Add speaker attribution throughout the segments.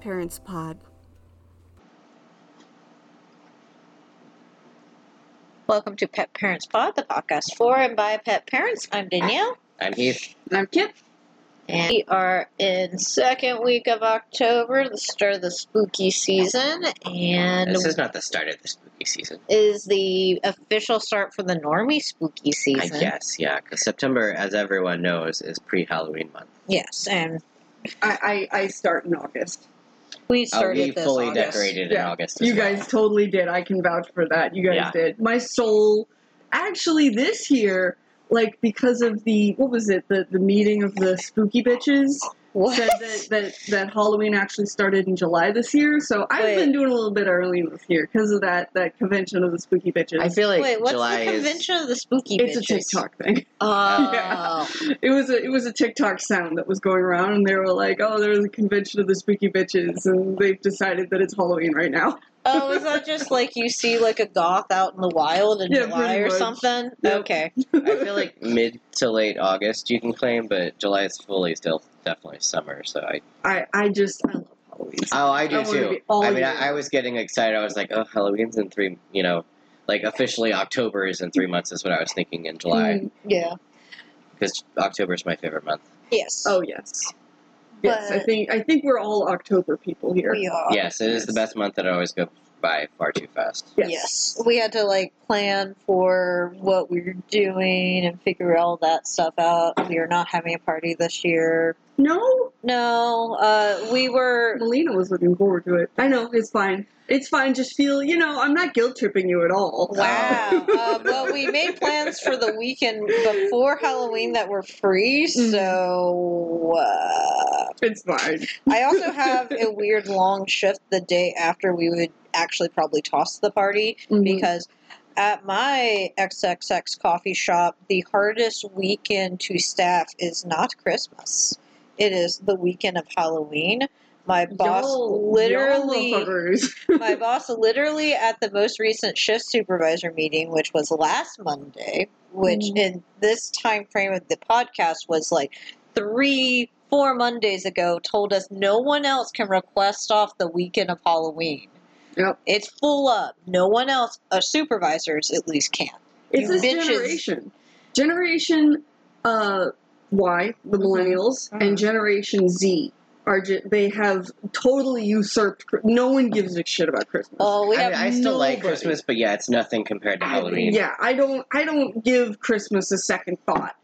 Speaker 1: Parents Pod.
Speaker 2: Welcome to Pet Parents Pod, the podcast for and by pet parents. I'm Danielle,
Speaker 3: I'm Heath.
Speaker 4: I'm Kip.
Speaker 2: and we are in second week of October, the start of the spooky season, and
Speaker 3: This is not the start of the spooky season.
Speaker 2: is the official start for the normie spooky
Speaker 3: I
Speaker 2: season.
Speaker 3: guess, yeah, because September, as everyone knows, is pre-Halloween month.
Speaker 2: Yes, and
Speaker 4: I, I, I start in August.
Speaker 2: we
Speaker 3: Oh,
Speaker 2: started
Speaker 3: we
Speaker 2: this
Speaker 3: fully
Speaker 2: August.
Speaker 3: decorated in
Speaker 4: Yeah.
Speaker 3: August. as
Speaker 4: You
Speaker 3: well.
Speaker 4: guys totally did. I can vouch for that. You guys
Speaker 3: Yeah.
Speaker 4: did. My soul, actually, this year, like because of the what was it the the meeting of the spooky bitches
Speaker 3: Oh,
Speaker 2: What?
Speaker 4: said that, that that Halloween actually started in July this year. So I've
Speaker 2: Wait.
Speaker 4: been doing a little bit early this year because of that that convention of the spooky bitches.
Speaker 3: I feel like
Speaker 2: Wait, what's
Speaker 3: July
Speaker 2: the
Speaker 3: is.
Speaker 2: convention of the spooky
Speaker 4: it's a
Speaker 2: bitches?
Speaker 4: TikTok thing.
Speaker 2: Oh,
Speaker 4: Yeah. It was a it was a TikTok sound that was going around, and they were like, "Oh, there's a convention of the spooky bitches, and they've decided that it's Halloween right now."
Speaker 2: oh, is that just like you see like a goth out in the wild in
Speaker 4: Yeah,
Speaker 2: July
Speaker 4: pretty
Speaker 2: or
Speaker 4: much.
Speaker 2: something?
Speaker 4: Yep.
Speaker 2: Okay,
Speaker 3: I feel like mid to late August you can claim, but July is fully still definitely summer. So I.
Speaker 4: I I just I love Halloween.
Speaker 3: Oh, I do
Speaker 4: I wanna
Speaker 3: too.
Speaker 4: be all
Speaker 3: I mean,
Speaker 4: year
Speaker 3: I, I was getting excited. I was like, oh, Halloween's in three. You know, like officially October is in three months. Is what I was thinking in July
Speaker 4: Mm,
Speaker 2: yeah,
Speaker 3: because October is my favorite month.
Speaker 2: yes,
Speaker 4: oh yes, yes. I
Speaker 2: But-
Speaker 4: think I think we're all October people here.
Speaker 2: we are.
Speaker 3: yes, it is the best month that I always go by far too fast.
Speaker 4: Yes.
Speaker 2: Yes. We had to like plan for what we were doing and figure all that stuff out. We are not having a party this year.
Speaker 4: No,
Speaker 2: No, uh, we were.
Speaker 4: Melina was looking forward to it. I know it's fine. It's fine. Just feel you know I'm not guilt tripping you at all.
Speaker 2: Wow. uh, well, we made plans for the weekend before Halloween that were free,
Speaker 4: Mm-hmm.
Speaker 2: so uh,
Speaker 4: It's fine.
Speaker 2: I also have a weird long shift the day after we would actually probably toss the party.
Speaker 4: Mm-hmm.
Speaker 2: because at my XXX coffee shop, the hardest weekend to staff is not Christmas. It is the weekend of Halloween. My boss
Speaker 4: Y'all-
Speaker 2: literally
Speaker 4: y'all motherfuckers.
Speaker 2: my boss literally at the most recent shift supervisor meeting, which was last Monday, which
Speaker 4: Mhm.
Speaker 2: in this time frame of the podcast was like three, four Mondays ago, told us no one else can request off the weekend of Halloween.
Speaker 4: Yep.
Speaker 2: It's full up. No one else, uh, supervisors at least, can.
Speaker 4: It's
Speaker 2: You
Speaker 4: this
Speaker 2: bitches.
Speaker 4: generation. Generation uh, Y, the
Speaker 2: Mm-hmm.
Speaker 4: millennials,
Speaker 2: Uh-huh.
Speaker 4: and Generation Z are ju- they have totally usurped. Chri- No one gives a shit about Christmas.
Speaker 2: Oh, we
Speaker 3: I,
Speaker 2: have.
Speaker 3: mean, I still like
Speaker 4: nobody.
Speaker 3: Christmas, but yeah, it's nothing compared to
Speaker 4: I-
Speaker 3: Halloween.
Speaker 4: Yeah, I don't. I don't give Christmas a second thought.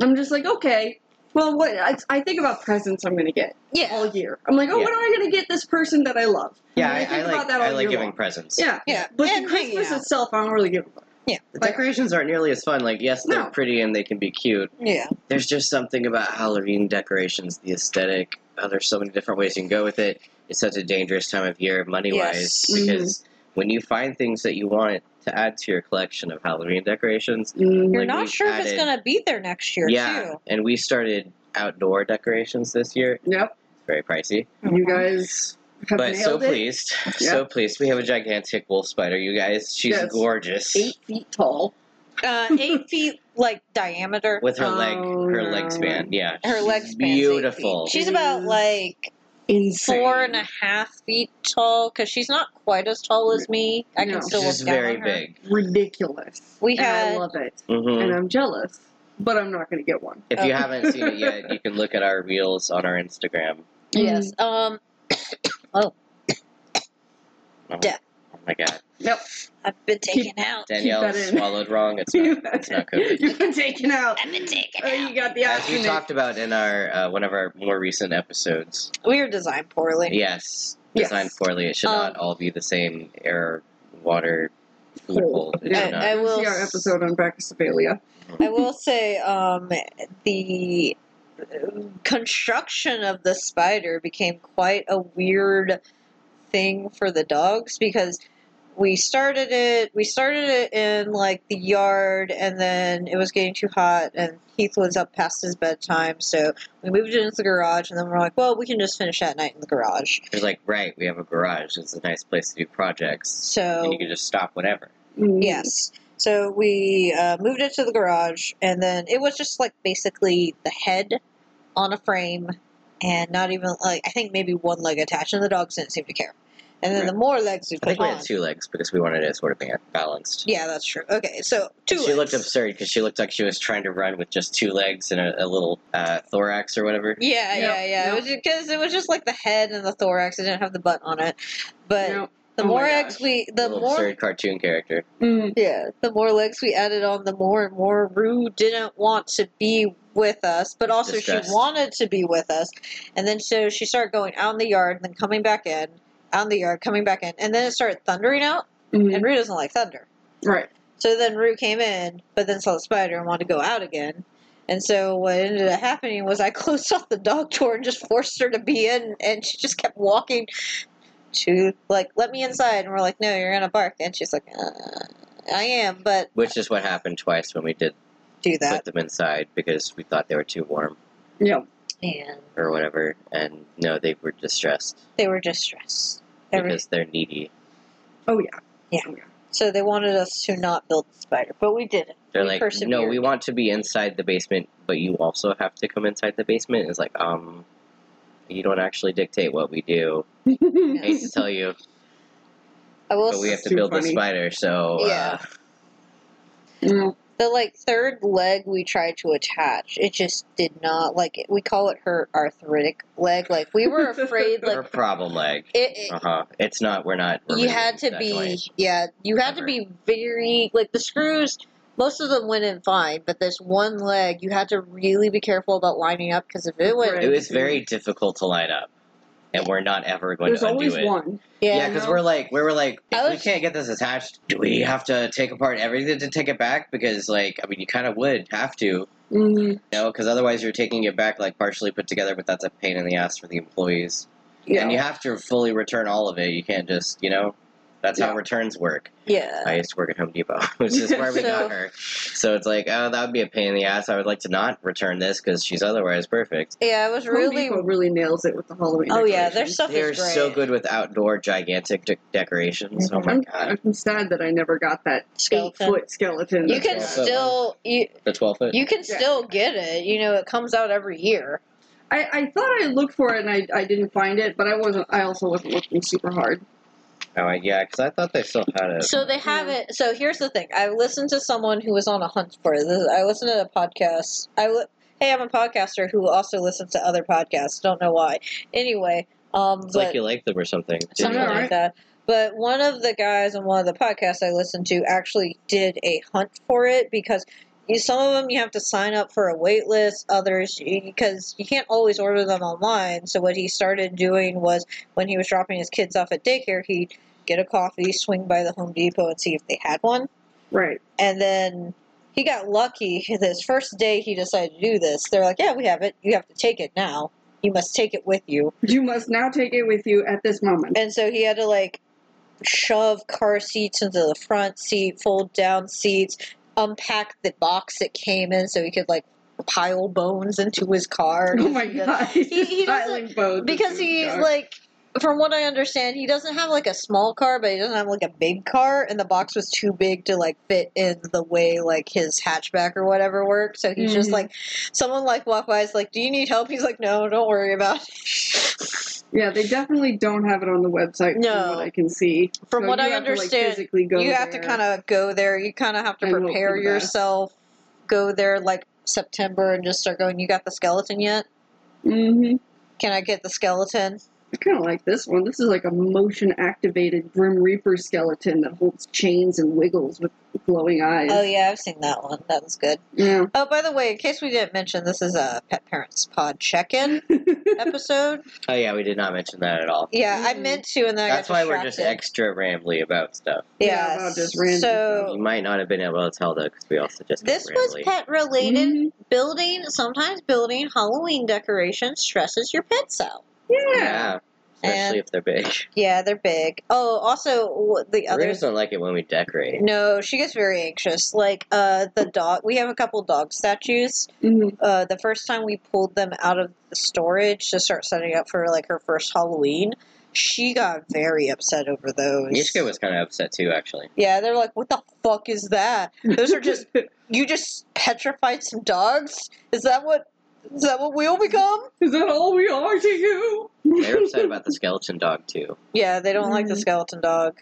Speaker 4: I'm just like, okay. Well, what I, I think about presents I'm going to get
Speaker 2: yeah.
Speaker 4: all year. I'm like, oh,
Speaker 3: Yeah.
Speaker 4: what am I going to get this person that I love?
Speaker 3: Yeah,
Speaker 4: I
Speaker 3: I,
Speaker 4: mean, I
Speaker 3: I
Speaker 4: think about
Speaker 3: like
Speaker 4: that all
Speaker 3: I like
Speaker 4: year
Speaker 3: giving
Speaker 4: long.
Speaker 3: presents.
Speaker 4: Yeah,
Speaker 2: Yeah.
Speaker 4: but
Speaker 2: And
Speaker 4: the
Speaker 2: hanging
Speaker 4: Christmas
Speaker 2: out.
Speaker 4: itself, I don't really give a fuck.
Speaker 3: The decorations aren't nearly as fun. Like, yes, they're
Speaker 4: No.
Speaker 3: pretty and they can be cute.
Speaker 2: Yeah.
Speaker 3: There's just something about Halloween decorations, the aesthetic. Oh, there's so many different ways you can go with it. It's such a dangerous time of year, money wise,
Speaker 2: Yes.
Speaker 3: because
Speaker 4: Mm-hmm.
Speaker 3: when you find things that you want to add to your collection of Halloween decorations,
Speaker 4: Mm,
Speaker 2: You're
Speaker 3: Like
Speaker 2: not
Speaker 3: we've
Speaker 2: sure if it's
Speaker 3: added-
Speaker 2: going to be there next year,
Speaker 3: yeah, and we started outdoor decorations this year.
Speaker 4: Yep,
Speaker 3: Very pricey,
Speaker 2: too.
Speaker 4: you guys have
Speaker 3: but so
Speaker 4: nailed it.
Speaker 3: pleased, so pleased. We have a gigantic wolf spider, you guys. She's
Speaker 4: Yes.
Speaker 3: gorgeous.
Speaker 4: Eight feet tall.
Speaker 2: Uh, eight feet, like, diameter.
Speaker 3: with her leg
Speaker 4: Oh,
Speaker 3: her
Speaker 4: no.
Speaker 3: leg span yeah
Speaker 2: Her
Speaker 3: She's
Speaker 2: legs
Speaker 3: beautiful
Speaker 2: She's about like
Speaker 4: Insane.
Speaker 2: four and a half feet tall because she's not quite as tall as me. I
Speaker 4: No.
Speaker 2: can still
Speaker 3: she's
Speaker 2: look down
Speaker 3: very
Speaker 2: on her.
Speaker 3: big
Speaker 4: ridiculous.
Speaker 2: We
Speaker 4: And I
Speaker 2: had
Speaker 4: love it.
Speaker 3: hmm
Speaker 4: And uh, I'm jealous, but I'm not going to get one.
Speaker 3: if
Speaker 2: Oh.
Speaker 3: you haven't seen it yet you can look at our reels on our instagram
Speaker 2: yes. Um,
Speaker 3: oh,
Speaker 2: Yeah.
Speaker 3: oh my god
Speaker 4: Nope.
Speaker 2: I've been taken out.
Speaker 3: danielle
Speaker 4: that in.
Speaker 3: swallowed wrong it's not, it's not covid
Speaker 4: You've been taken out.
Speaker 2: I've been taken
Speaker 4: Oh,
Speaker 2: out.
Speaker 4: you got the
Speaker 3: as we
Speaker 4: oxygen.
Speaker 3: talked about in our uh, one of our more recent episodes
Speaker 2: We were designed poorly.
Speaker 3: yes
Speaker 4: Yes.
Speaker 3: designed poorly it should
Speaker 2: Um,
Speaker 3: not all be the same air water food
Speaker 4: Cold.
Speaker 3: bowl it
Speaker 4: Yeah.
Speaker 3: should
Speaker 2: I, I
Speaker 3: not
Speaker 2: will.
Speaker 4: See our
Speaker 2: s-
Speaker 4: episode on Brachycephalia.
Speaker 2: I will say um, the uh, construction of the spider became quite a weird thing for the dogs because we started it we started it in like the yard and then it was getting too hot and Heath was up past his bedtime so we moved it into the garage and then we're like well we can just finish that night in the garage
Speaker 3: it's like right we have a garage it's a nice place to do projects
Speaker 2: so
Speaker 3: and you can just stop whenever
Speaker 4: Mm.
Speaker 2: Yes. So we uh, moved it to the garage, and then it was just like basically the head on a frame and not even like I think maybe one leg attached, and the dogs didn't seem to care. And then
Speaker 3: Right.
Speaker 2: the more legs we
Speaker 3: I
Speaker 2: put
Speaker 3: think we
Speaker 2: on-
Speaker 3: had two legs because we wanted it sort of ba- balanced.
Speaker 2: Yeah, that's true. Okay, so two.
Speaker 3: she
Speaker 2: legs.
Speaker 3: looked absurd because she looked like she was trying to run with just two legs and a, a little uh, thorax or whatever.
Speaker 2: Yeah,
Speaker 4: Yeah,
Speaker 2: yeah, yeah.
Speaker 4: yeah.
Speaker 2: It was because it was just like the head and the thorax. It didn't have the butt on it. But
Speaker 4: Yep.
Speaker 2: the
Speaker 4: Oh my
Speaker 2: more eggs
Speaker 4: gosh.
Speaker 2: we, the
Speaker 3: little
Speaker 2: more
Speaker 3: absurd cartoon character.
Speaker 4: Mm.
Speaker 2: Yeah, the more legs we added on, the more and more Rue didn't want to be with us, but also
Speaker 3: Distressed.
Speaker 2: she wanted to be with us. And then so she started going out in the yard and then coming back in, out in the yard, coming back in. And then it started thundering out,
Speaker 4: Mm.
Speaker 2: and Rue doesn't like thunder.
Speaker 4: Right.
Speaker 2: So then Rue came in, but then saw the spider and wanted to go out again. And so what ended up happening was I closed off the dog door and just forced her to be in, and she just kept walking to, like, let me inside. And we're like, no, you're going to bark. And she's like, uh, I am, but
Speaker 3: Which is what happened twice when we did
Speaker 2: do
Speaker 3: put
Speaker 2: that.
Speaker 3: them inside because we thought they were too warm
Speaker 4: Yeah.
Speaker 2: And
Speaker 3: or whatever. And no, they were distressed
Speaker 2: they were distressed. Every,
Speaker 3: because they're needy.
Speaker 4: Oh yeah.
Speaker 2: so they wanted us to not build the spider, but we didn't.
Speaker 3: They're
Speaker 2: we
Speaker 3: like,
Speaker 2: persevered.
Speaker 3: no, we want to be inside the basement, but you also have to come inside the basement. It's like, um, you don't actually dictate what we do.
Speaker 4: Mm-hmm.
Speaker 3: I
Speaker 4: Mm.
Speaker 3: hate to tell you,
Speaker 2: I will
Speaker 3: but we
Speaker 2: s-
Speaker 3: have to
Speaker 4: too
Speaker 3: build the
Speaker 4: funny.
Speaker 3: spider, so uh,
Speaker 2: Yeah.
Speaker 4: No.
Speaker 2: the like third leg we tried to attach. It just did not like it. We call it her arthritic leg. Like we were afraid
Speaker 3: or
Speaker 2: like
Speaker 3: problem leg.
Speaker 2: it, it
Speaker 3: Uh huh. It's not. We're not.
Speaker 2: you
Speaker 3: removing
Speaker 2: had to
Speaker 3: that
Speaker 2: be
Speaker 3: joint.
Speaker 2: yeah you had
Speaker 3: Ever.
Speaker 2: to be very like the screws most of them went in fine but this one leg you had to really be careful about lining up because if it went
Speaker 4: Right.
Speaker 3: It was very difficult to line up, and we're not ever going
Speaker 4: There's
Speaker 3: to undo
Speaker 4: always
Speaker 3: it.
Speaker 4: one.
Speaker 3: Yeah,
Speaker 2: yeah
Speaker 3: because
Speaker 4: no.
Speaker 3: we're like, we were like, if
Speaker 2: I
Speaker 3: we
Speaker 2: was-
Speaker 3: can't get this attached, do we have to take apart everything to take it back? Because, like, I mean, you kind of would have to, you
Speaker 4: Mm.
Speaker 3: know, because otherwise you're taking it back, like, partially put together, but that's a pain in the ass for the employees.
Speaker 4: Yeah.
Speaker 3: And you have to fully return all of it. You can't just, you know, that's
Speaker 4: Yeah.
Speaker 3: how returns work.
Speaker 2: yeah
Speaker 3: I used to work at Home Depot, which is where we
Speaker 2: So-
Speaker 3: got her. So it's like, oh, that would be a pain in the ass. I would like to not return this because she's otherwise perfect.
Speaker 2: yeah it was
Speaker 4: Home
Speaker 2: really
Speaker 4: Depot really nails it with the Halloween.
Speaker 2: oh yeah their
Speaker 4: decorations.
Speaker 2: stuff
Speaker 3: They are
Speaker 2: is great
Speaker 3: so good with outdoor gigantic de- decorations. Oh my
Speaker 4: I'm,
Speaker 2: Mm-hmm.
Speaker 3: god,
Speaker 4: I'm sad that I never got that eight
Speaker 2: skeleton
Speaker 4: foot skeleton.
Speaker 2: you
Speaker 4: that's
Speaker 2: can
Speaker 4: all that
Speaker 2: still you
Speaker 3: the twelve foot.
Speaker 2: you can still get it you know it comes out every year
Speaker 4: I, I thought I looked for it and I, I didn't find it, but I wasn't. I also wasn't looking super hard.
Speaker 3: Oh, yeah, because I thought they still had it.
Speaker 2: So they have
Speaker 4: Yeah.
Speaker 2: it. So here's the thing. I listened to someone who was on a hunt for this. I listened to a podcast. I li- hey, I'm a podcaster who also listens to other podcasts. Don't know why. Anyway, um,
Speaker 3: it's
Speaker 2: but
Speaker 3: like you like them or something.
Speaker 2: something
Speaker 4: Yeah,
Speaker 2: like
Speaker 4: right.
Speaker 2: that. But one of the guys on one of the podcasts I listened to actually did a hunt for it because you, some of them you have to sign up for a wait list, others because you can't always order them online. So what he started doing was when he was dropping his kids off at daycare, he'd get a coffee, swing by the Home Depot, and see if they had one
Speaker 4: Right.
Speaker 2: and then he got lucky this first day he decided to do this they're like yeah we have it you have to take it now you must take it with you
Speaker 4: You must now take it with you at this moment.
Speaker 2: and so he had to like shove car seats into the front seat fold down seats unpack the box it came in so he could like pile bones into his car
Speaker 4: Oh my god. He,
Speaker 2: he doesn't- because he like from what I understand, he doesn't have like a small car, but he doesn't have like a big car, and the box was too big to like fit in the way like his hatchback or whatever worked. So he's just
Speaker 4: Mhm.
Speaker 2: like, someone like walked by, is like, "Do you need help?" He's like, "No, don't worry about it."
Speaker 4: Yeah, they definitely don't have it on the website
Speaker 2: No.
Speaker 4: from what I can see.
Speaker 2: From
Speaker 4: So
Speaker 2: what
Speaker 4: you
Speaker 2: I
Speaker 4: have to, like,
Speaker 2: understand,
Speaker 4: physically go
Speaker 2: you have to
Speaker 4: there.
Speaker 2: kind of go there. You kind of have to
Speaker 4: And hope for
Speaker 2: prepare
Speaker 4: the best.
Speaker 2: yourself. Go there like September and just start going. You got the skeleton yet?
Speaker 4: Mhm.
Speaker 2: Can I get the skeleton?
Speaker 4: I kind of like this one. This is like a motion activated Grim Reaper skeleton that holds chains and wiggles with glowing eyes.
Speaker 2: Oh yeah, I've seen that one. That was good.
Speaker 4: yeah.
Speaker 2: Oh, by the way, in case we didn't mention, this is a Pet Parents Pod check in episode.
Speaker 3: Oh, yeah, we did not mention that at all.
Speaker 2: Yeah, I
Speaker 4: Mm.
Speaker 2: meant to, and then
Speaker 3: That's
Speaker 2: I
Speaker 3: why
Speaker 2: got
Speaker 3: we're just
Speaker 2: distracted.
Speaker 3: extra rambly about stuff.
Speaker 4: Yeah,
Speaker 2: Yeah,
Speaker 4: about just random
Speaker 3: You
Speaker 2: so
Speaker 3: might not have been able to tell, though, because we also just got
Speaker 2: this was
Speaker 3: rambly.
Speaker 2: pet related.
Speaker 4: Mhm.
Speaker 2: Building, sometimes building Halloween decorations stresses your pets out.
Speaker 4: Yeah.
Speaker 3: Yeah, especially
Speaker 2: And-
Speaker 3: if they're big.
Speaker 2: Yeah, they're big. Oh, also w- the
Speaker 3: Others
Speaker 2: other
Speaker 3: don't like it when we decorate.
Speaker 2: No, she gets very anxious. Like uh, the dog, we have a couple dog statues.
Speaker 4: Mhm.
Speaker 2: Uh, the first time we pulled them out of the storage to start setting up for like her first Halloween, she got very upset over those.
Speaker 3: Yishka was kind of upset too, actually.
Speaker 2: yeah, they're like, "What the fuck is that? Those are just you just petrified some dogs. Is that what Is that what we'll become?
Speaker 4: Is that all we are to you?
Speaker 3: They're upset about the skeleton dog too.
Speaker 2: Yeah, they don't like the
Speaker 3: Mm-hmm.
Speaker 4: Mm.
Speaker 2: skeleton dog.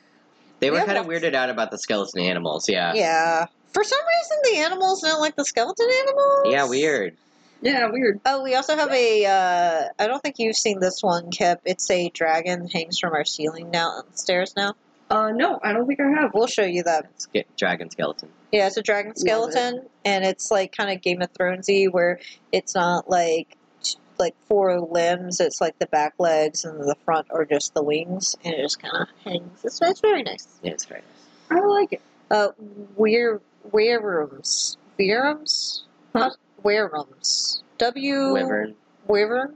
Speaker 3: They were
Speaker 2: Yeah,
Speaker 3: kind of
Speaker 2: that's-
Speaker 3: weirded out about the skeleton animals. Yeah.
Speaker 2: Yeah. For some reason, the animals don't like the skeleton animals.
Speaker 3: Yeah, weird.
Speaker 4: Yeah, weird.
Speaker 2: Oh, we also have a. Uh, I don't think you've seen this one, Kip. It's a dragon hangs from our ceiling now stairs now.
Speaker 4: Uh, no, I don't think I have.
Speaker 2: We'll show you that.
Speaker 3: Ske- dragon skeleton.
Speaker 2: Yeah, it's a dragon skeleton, and it's like kind of Game of Thronesy, where it's not like t- like four limbs. It's like the back legs and the front are just the wings, and it just kind of hangs. It's, it's very nice.
Speaker 3: Yeah, it's right.
Speaker 4: I like it.
Speaker 2: Uh, weir weirums, weirums,
Speaker 4: Huh?
Speaker 2: weirums. W
Speaker 3: Wyvern.
Speaker 2: wyvern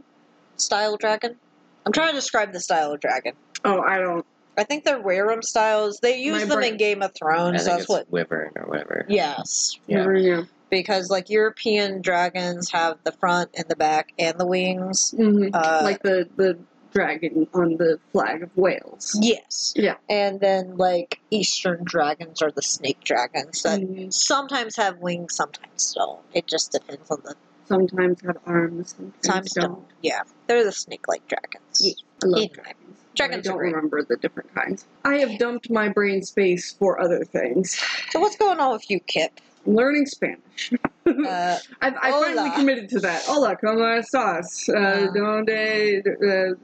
Speaker 2: style dragon. I'm trying to describe the style of dragon.
Speaker 4: Oh, I don't.
Speaker 2: I think they're Wyvern styles. They use
Speaker 4: My
Speaker 2: them
Speaker 4: brain-
Speaker 2: in Game of
Speaker 3: I think
Speaker 2: Thrones. That's
Speaker 3: it's
Speaker 2: what.
Speaker 3: wyvern or whatever.
Speaker 2: Yes,
Speaker 3: Yeah.
Speaker 4: Never knew.
Speaker 2: because like European dragons have the front and the back and the wings.
Speaker 4: Mhm.
Speaker 2: Uh,
Speaker 4: like the the dragon on the flag of Wales.
Speaker 2: yes,
Speaker 4: Yeah.
Speaker 2: and then like Eastern dragons are the snake dragons that
Speaker 4: Mhm.
Speaker 2: sometimes have wings, sometimes don't. It just depends on the
Speaker 4: Sometimes have arms. Sometimes,
Speaker 2: Times
Speaker 4: don't.
Speaker 2: don't. Yeah, they're the snake-like dragons.
Speaker 4: Yeah. I love
Speaker 2: Yeah.
Speaker 4: dragons. but
Speaker 2: Dragons
Speaker 4: I
Speaker 2: are
Speaker 4: don't
Speaker 2: great.
Speaker 4: remember the different kinds. I have dumped my brain space for other things.
Speaker 2: So what's going on with you, Kip?
Speaker 4: I'm learning Spanish.
Speaker 2: Uh,
Speaker 4: I've, I finally
Speaker 2: Hola.
Speaker 4: committed to that. Hola, como estás? Uh,
Speaker 2: Ah.
Speaker 4: donde, uh,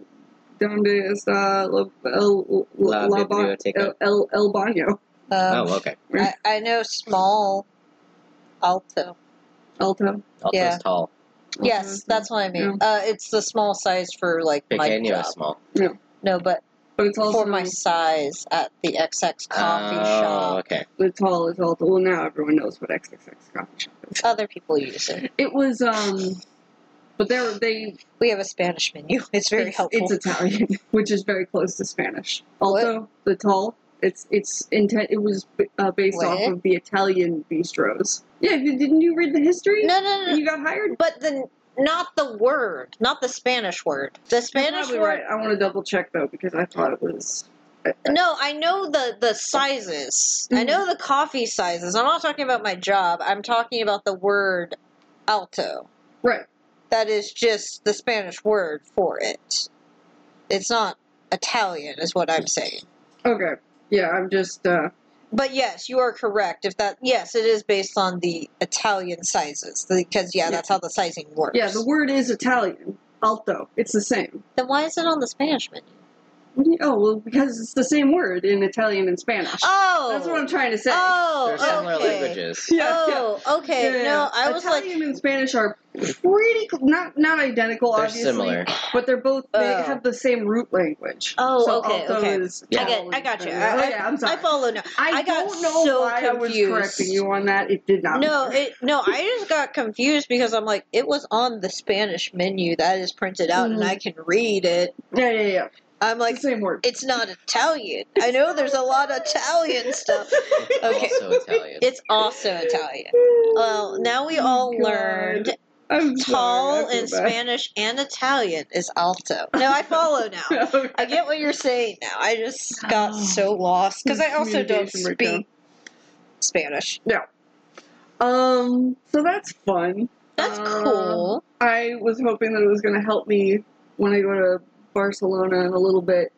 Speaker 4: donde está la, el,
Speaker 3: La
Speaker 4: la ba-
Speaker 3: biblioteca.
Speaker 4: el, el, el baño?
Speaker 2: um,
Speaker 3: oh, okay.
Speaker 2: I, I know small, alto.
Speaker 4: Alto.
Speaker 3: Also,
Speaker 2: Yeah.
Speaker 3: it's tall.
Speaker 4: Mm-hmm.
Speaker 2: Yes, that's what I mean. Uh, it's the small size for like my
Speaker 3: Pequeño
Speaker 2: job.
Speaker 3: is small.
Speaker 2: No, but
Speaker 4: But it's also
Speaker 2: for my size at the XX coffee
Speaker 3: oh,
Speaker 2: shop,
Speaker 3: okay.
Speaker 4: it's all it's all. Well, now everyone knows what XXX coffee shop is.
Speaker 2: other people use it.
Speaker 4: It was um, but there they
Speaker 2: We have a Spanish menu. It's very
Speaker 4: it's,
Speaker 2: helpful.
Speaker 4: It's Italian, which is very close to Spanish. Also, the tall. It's it's intent. It was uh, based
Speaker 2: What?
Speaker 4: off of the Italian bistros. Yeah, you- didn't you read the history?
Speaker 2: no, no, no,
Speaker 4: And
Speaker 2: no.
Speaker 4: you got hired.
Speaker 2: But the not the word, not the Spanish word. The Spanish
Speaker 4: Probably
Speaker 2: word.
Speaker 4: right. I want to double check though because I thought it was.
Speaker 2: No, I know the the sizes.
Speaker 4: Mm-hmm.
Speaker 2: I know the coffee sizes. I'm not talking about my job. I'm talking about the word alto.
Speaker 4: Right.
Speaker 2: That is just the Spanish word for it. It's not Italian, is what I'm saying.
Speaker 4: Okay. Yeah, I'm just. uh
Speaker 2: But yes, you are correct. If that yes, it is based on the Italian sizes because yeah,
Speaker 4: Yeah.
Speaker 2: that's how the sizing works.
Speaker 4: Yeah, the word is Italian. Alto. It's the same.
Speaker 2: then why is it on the Spanish menu?
Speaker 4: What do you- Oh well, because it's the same word in Italian and Spanish.
Speaker 2: Oh,
Speaker 4: That's what I'm trying to say.
Speaker 2: Oh,
Speaker 3: They're similar
Speaker 2: okay.
Speaker 3: languages.
Speaker 4: Yeah, yeah.
Speaker 2: Oh, okay.
Speaker 4: Yeah,
Speaker 2: No,
Speaker 4: yeah, yeah.
Speaker 2: I was like,
Speaker 4: Italian and Spanish are pretty cl- not not identical,
Speaker 3: They're
Speaker 4: obviously,
Speaker 3: similar.
Speaker 4: but they're both they
Speaker 2: Oh.
Speaker 4: have the same root language.
Speaker 2: Oh,
Speaker 4: so
Speaker 2: okay,
Speaker 4: alto
Speaker 2: okay.
Speaker 4: Is
Speaker 3: Yeah.
Speaker 2: I
Speaker 4: tall
Speaker 2: get, I
Speaker 4: and
Speaker 2: got you.
Speaker 4: Spanish.
Speaker 2: I,
Speaker 4: oh yeah, I'm
Speaker 2: I-
Speaker 4: sorry.
Speaker 2: I follow now. I got
Speaker 4: don't know
Speaker 2: so
Speaker 4: why
Speaker 2: confused.
Speaker 4: I was correcting you on that. It did not.
Speaker 2: No,
Speaker 4: matter.
Speaker 2: it no. I just got confused because I'm like, it was on the Spanish menu that is printed out, and
Speaker 4: Mhm.
Speaker 2: I can read it.
Speaker 4: yeah, yeah, yeah.
Speaker 2: I'm
Speaker 4: Like,
Speaker 2: like,
Speaker 4: the same word.
Speaker 2: it's not Italian. I know there's a lot of Italian stuff.
Speaker 3: It's
Speaker 2: Okay.
Speaker 3: Also Italian.
Speaker 2: It's also Italian. Well, now we
Speaker 4: Oh,
Speaker 2: all
Speaker 4: God.
Speaker 2: learned
Speaker 4: I'm sorry,
Speaker 2: tall
Speaker 4: I feel
Speaker 2: in
Speaker 4: bad.
Speaker 2: Spanish and Italian is alto. No, I follow now.
Speaker 4: Okay.
Speaker 2: I get what you're saying now. I just got
Speaker 4: Oh,
Speaker 2: so lost because I also don't
Speaker 4: Communication breakdown.
Speaker 2: speak Spanish.
Speaker 4: Um, so that's fun.
Speaker 2: That's
Speaker 4: Um,
Speaker 2: cool.
Speaker 4: I was hoping that it was going to help me when I go to Barcelona in a little bit.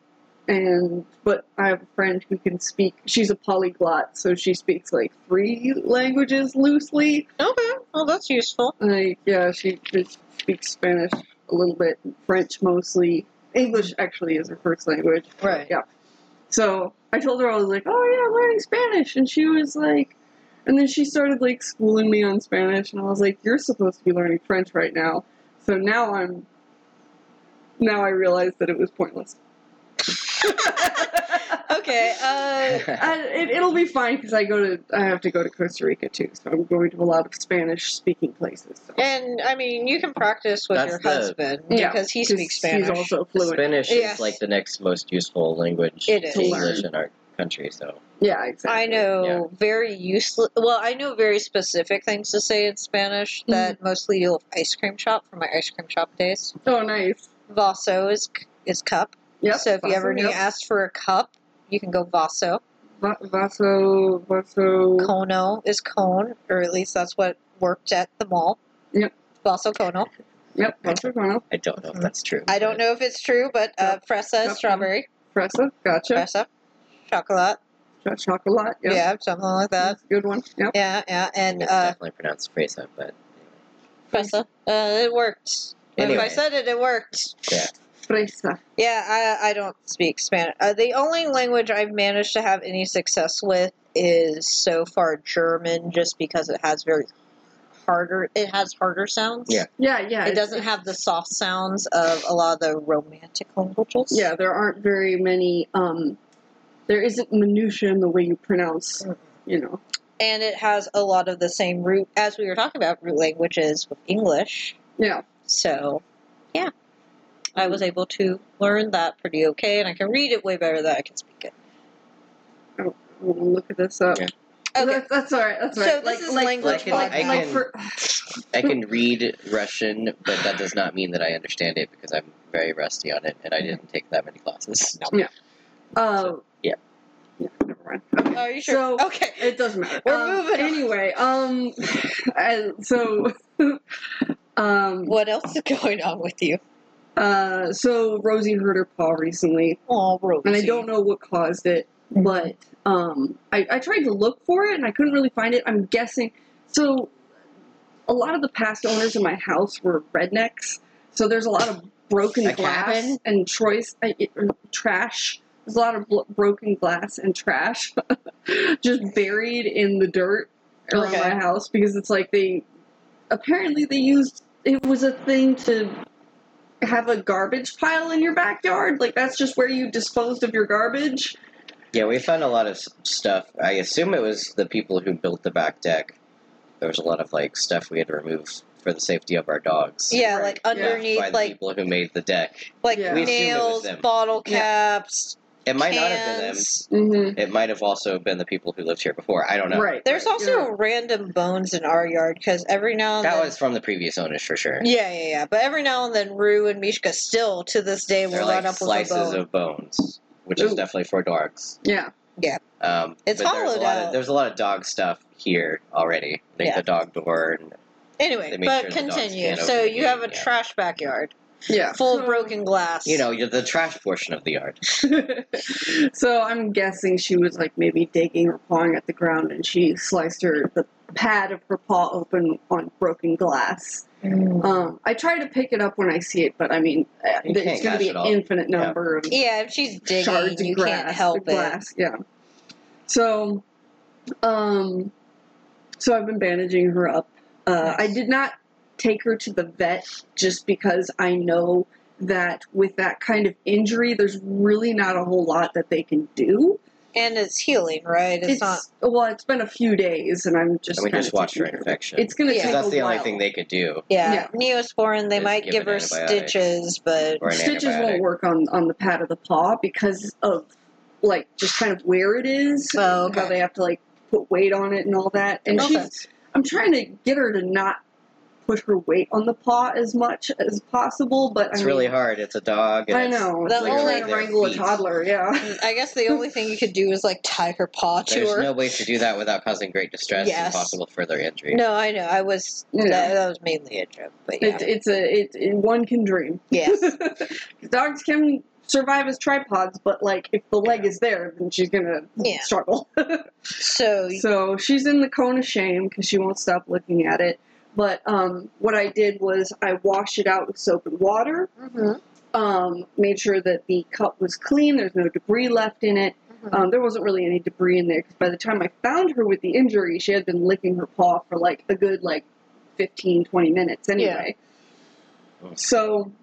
Speaker 4: And but I have a friend who can speak. She's a polyglot, so she speaks like three languages loosely.
Speaker 2: Okay, well that's useful.
Speaker 4: Like yeah, she just speaks Spanish a little bit, French mostly. English actually is her first language.
Speaker 2: Right.
Speaker 4: So I told her I was like, "Oh yeah, I'm learning Spanish," and she was like, and then she started like schooling me on Spanish, and I was like, "You're supposed to be learning French right now." So now I'm, now I realize that it was pointless.
Speaker 2: Okay. Uh,
Speaker 4: I, it, it'll be fine because I go to I have to go to Costa Rica too, so I'm going to a lot of Spanish speaking places. So.
Speaker 2: and I mean, you can practice with
Speaker 3: That's
Speaker 2: your
Speaker 3: the-
Speaker 2: husband
Speaker 4: Yeah,
Speaker 2: because he
Speaker 4: 'Cause
Speaker 2: speaks Spanish.
Speaker 4: He's also fluent.
Speaker 3: Spanish
Speaker 2: Yes.
Speaker 3: is like the next most useful language
Speaker 2: It
Speaker 3: to
Speaker 2: is.
Speaker 4: To learn.
Speaker 3: English in our country. So
Speaker 4: Yeah, exactly.
Speaker 2: I know very useless. Well, I know very specific things to say in Spanish
Speaker 4: Mm-hmm.
Speaker 2: that mostly you'll ice cream shop from my ice cream shop days.
Speaker 4: Oh, nice.
Speaker 2: Vaso is is cup.
Speaker 4: Yep.
Speaker 2: so if you ever
Speaker 4: awesome,
Speaker 2: need
Speaker 4: yep.
Speaker 2: ask for a cup, you can go vaso.
Speaker 4: Va- Vaso, vaso.
Speaker 2: Kono is cone, or at least that's what worked at the mall.
Speaker 4: Yep.
Speaker 2: Vaso Kono.
Speaker 4: Yep, Buster Guano.
Speaker 3: I don't know if that's true.
Speaker 2: Mm-hmm. I don't know if it's true, but uh, fresa,
Speaker 4: Yep.
Speaker 2: strawberry,
Speaker 4: Fresa. Gotcha.
Speaker 2: fresa, chocolate.
Speaker 4: Ch- Chocolate. Yep.
Speaker 2: Yeah, something like that.
Speaker 4: That's a good one. Yep.
Speaker 2: Yeah, yeah, and
Speaker 3: it's
Speaker 2: uh,
Speaker 3: definitely pronounced Fresa, but
Speaker 2: fresa. Uh, it worked. If I
Speaker 3: Anyway.
Speaker 2: said it, it worked.
Speaker 4: Fresa.
Speaker 2: Yeah, I, I don't speak Spanish. Uh, the only language I've managed to have any success with is so far German, just because it has very harder. It has harder sounds.
Speaker 3: Yeah.
Speaker 4: Yeah, yeah.
Speaker 2: It doesn't have the soft sounds of a lot of the romantic languages.
Speaker 4: Yeah, there aren't very many. Um, there isn't minutia in the way you pronounce.
Speaker 2: Mm.
Speaker 4: You know.
Speaker 2: And it has a lot of the same root as we were talking about root languages with English.
Speaker 4: Yeah.
Speaker 2: So, yeah. I was able to learn that pretty okay, and I can read it way better than I can speak it.
Speaker 4: I'm gonna look at this up.
Speaker 3: Yeah.
Speaker 2: Okay.
Speaker 4: That's, that's all right. That's
Speaker 2: So
Speaker 4: all right.
Speaker 2: this is language
Speaker 4: Like,
Speaker 3: podcast.
Speaker 4: like for,
Speaker 3: I can read Russian, but that does not mean that I understand it because I'm very rusty on it, and I didn't take that many classes.
Speaker 4: uh,
Speaker 3: Yeah.
Speaker 4: Yeah. Never mind. Okay.
Speaker 2: Are Oh, you sure?
Speaker 4: So-
Speaker 2: okay.
Speaker 4: It doesn't matter.
Speaker 2: We're
Speaker 4: Um,
Speaker 2: moving on.
Speaker 4: Anyway, um, I- so, um,
Speaker 2: What else is going on with you?
Speaker 4: uh, so Rosie hurt her paw recently,
Speaker 2: Oh, Rosie.
Speaker 4: and I don't know what caused it, but um, I, I tried to look for it and I couldn't really find it. I'm guessing. So, a lot of the past owners in my house were rednecks, so there's a lot of broken
Speaker 3: A
Speaker 4: glass
Speaker 3: cabin?
Speaker 4: and choice uh, it- trash. There's a lot of bl- broken glass and trash just buried in the dirt around
Speaker 2: Okay.
Speaker 4: my house because it's like they apparently they used it was a thing to have a garbage pile in your backyard like that's just where you disposed of your garbage
Speaker 3: Yeah, we found a lot of s- stuff. I assume it was the people who built the back deck. There was a lot of like stuff we had to remove for the safety of our dogs.
Speaker 2: Yeah,
Speaker 4: Right.
Speaker 2: like
Speaker 4: Yeah.
Speaker 2: underneath,
Speaker 3: by the
Speaker 2: like
Speaker 3: people who made the deck.
Speaker 2: like
Speaker 4: Yeah. We
Speaker 3: assume it was
Speaker 2: nails,
Speaker 3: them.
Speaker 2: bottle
Speaker 4: Yeah.
Speaker 2: caps.
Speaker 3: It might not have been them.
Speaker 2: Cans.
Speaker 4: mm-hmm.
Speaker 3: It might have also been the people who lived here before. I don't know.
Speaker 4: right
Speaker 2: There's
Speaker 4: right,
Speaker 2: also
Speaker 4: you're right.
Speaker 2: random bones in our yard because every now and
Speaker 3: That
Speaker 2: then.
Speaker 3: was from the previous owners for sure.
Speaker 2: yeah, yeah, yeah. But every now and then, Rue and Mishka still to this day will
Speaker 3: They're
Speaker 2: run
Speaker 3: like
Speaker 2: up with a
Speaker 3: slices
Speaker 2: bone.
Speaker 3: of bones, which is
Speaker 4: Ooh.
Speaker 3: definitely for dogs.
Speaker 4: yeah
Speaker 3: Um,
Speaker 2: It's
Speaker 3: but there's a
Speaker 2: hollowed
Speaker 3: lot
Speaker 2: out.
Speaker 3: Of, there's a lot of dog stuff here already, like
Speaker 2: Yeah.
Speaker 3: the dog door. And,
Speaker 2: anyway,
Speaker 3: They make
Speaker 2: but
Speaker 3: sure the dogs
Speaker 2: continue.
Speaker 3: can't
Speaker 2: So
Speaker 3: open the
Speaker 2: you have a
Speaker 3: gate, yeah.
Speaker 2: trash backyard
Speaker 4: yeah
Speaker 2: full of
Speaker 4: So-
Speaker 2: broken glass.
Speaker 3: you know, you're the trash portion of the yard.
Speaker 4: so I'm guessing she was like maybe digging or pawing at the ground, and she sliced her the pad of her paw open on broken glass. Um, I try to pick it up when I see it, but I mean, uh,
Speaker 3: You
Speaker 4: it's
Speaker 3: can't
Speaker 4: going to
Speaker 3: catch
Speaker 4: be
Speaker 3: it
Speaker 4: an
Speaker 3: all.
Speaker 4: infinite
Speaker 3: Yeah.
Speaker 4: number of
Speaker 2: Yeah, if she's digging,
Speaker 4: shards of
Speaker 2: you
Speaker 4: grass,
Speaker 2: can't help it.
Speaker 4: glass, Yeah. So, um, so I've been bandaging her up. Uh, I
Speaker 2: Nice.
Speaker 4: did not take her to the vet just because I know that with that kind of injury, there's really not a whole lot that they can do.
Speaker 2: And it's healing, right? It's, not.
Speaker 4: well, it's been a few days, and I'm just.
Speaker 3: and we
Speaker 4: kinda
Speaker 3: just watched her
Speaker 4: taking care of it.
Speaker 3: infection.
Speaker 4: It's gonna
Speaker 2: Yeah.
Speaker 4: take
Speaker 3: because that's
Speaker 4: a
Speaker 3: the only
Speaker 4: while.
Speaker 3: thing they could do.
Speaker 2: Yeah,
Speaker 4: Yeah.
Speaker 2: Neosporin. They
Speaker 3: Just
Speaker 2: might
Speaker 3: give
Speaker 2: give
Speaker 3: an
Speaker 2: her
Speaker 3: antibiotic.
Speaker 2: stitches, but
Speaker 3: Or an
Speaker 4: Stitches
Speaker 3: antibiotic.
Speaker 4: won't work on on the pad of the paw because of like just kind of where it is.
Speaker 2: Oh,
Speaker 4: How
Speaker 2: okay.
Speaker 4: they have to like put weight on it and all that, and
Speaker 2: Okay.
Speaker 4: she's I'm trying to get her to not put her weight on the paw as much as possible, but
Speaker 3: It's
Speaker 4: I mean,
Speaker 3: really hard. It's a dog. And
Speaker 4: I
Speaker 3: it's-
Speaker 4: know.
Speaker 2: The
Speaker 4: it's like
Speaker 2: only-
Speaker 4: trying to wrangle a
Speaker 3: Their feet.
Speaker 4: toddler, yeah.
Speaker 2: I guess the only thing you could do is like tie her paw to
Speaker 3: There's
Speaker 2: her.
Speaker 3: no way to do that without causing great distress
Speaker 2: Yes.
Speaker 3: and possible further injury.
Speaker 2: No, I know. I was
Speaker 4: Yeah.
Speaker 2: that, that was mainly a joke, but yeah,
Speaker 4: It's it's a it, it one can dream.
Speaker 2: yes,
Speaker 4: Dogs can survive as tripods, but like if the leg is there, then she's gonna
Speaker 2: yeah. Oh,
Speaker 4: struggle.
Speaker 2: So,
Speaker 4: so she's in the cone of shame because she won't stop looking at it. But um, what I did was I washed it out with soap and water.
Speaker 2: Mhm,
Speaker 4: Um, made sure that the cup was clean. There's no debris left in it.
Speaker 2: mhm.
Speaker 4: Um, there wasn't really any debris in there because by the time I found her with the injury, she had been licking her paw for like a good like 15, 20 minutes anyway.
Speaker 3: Yeah.
Speaker 4: So,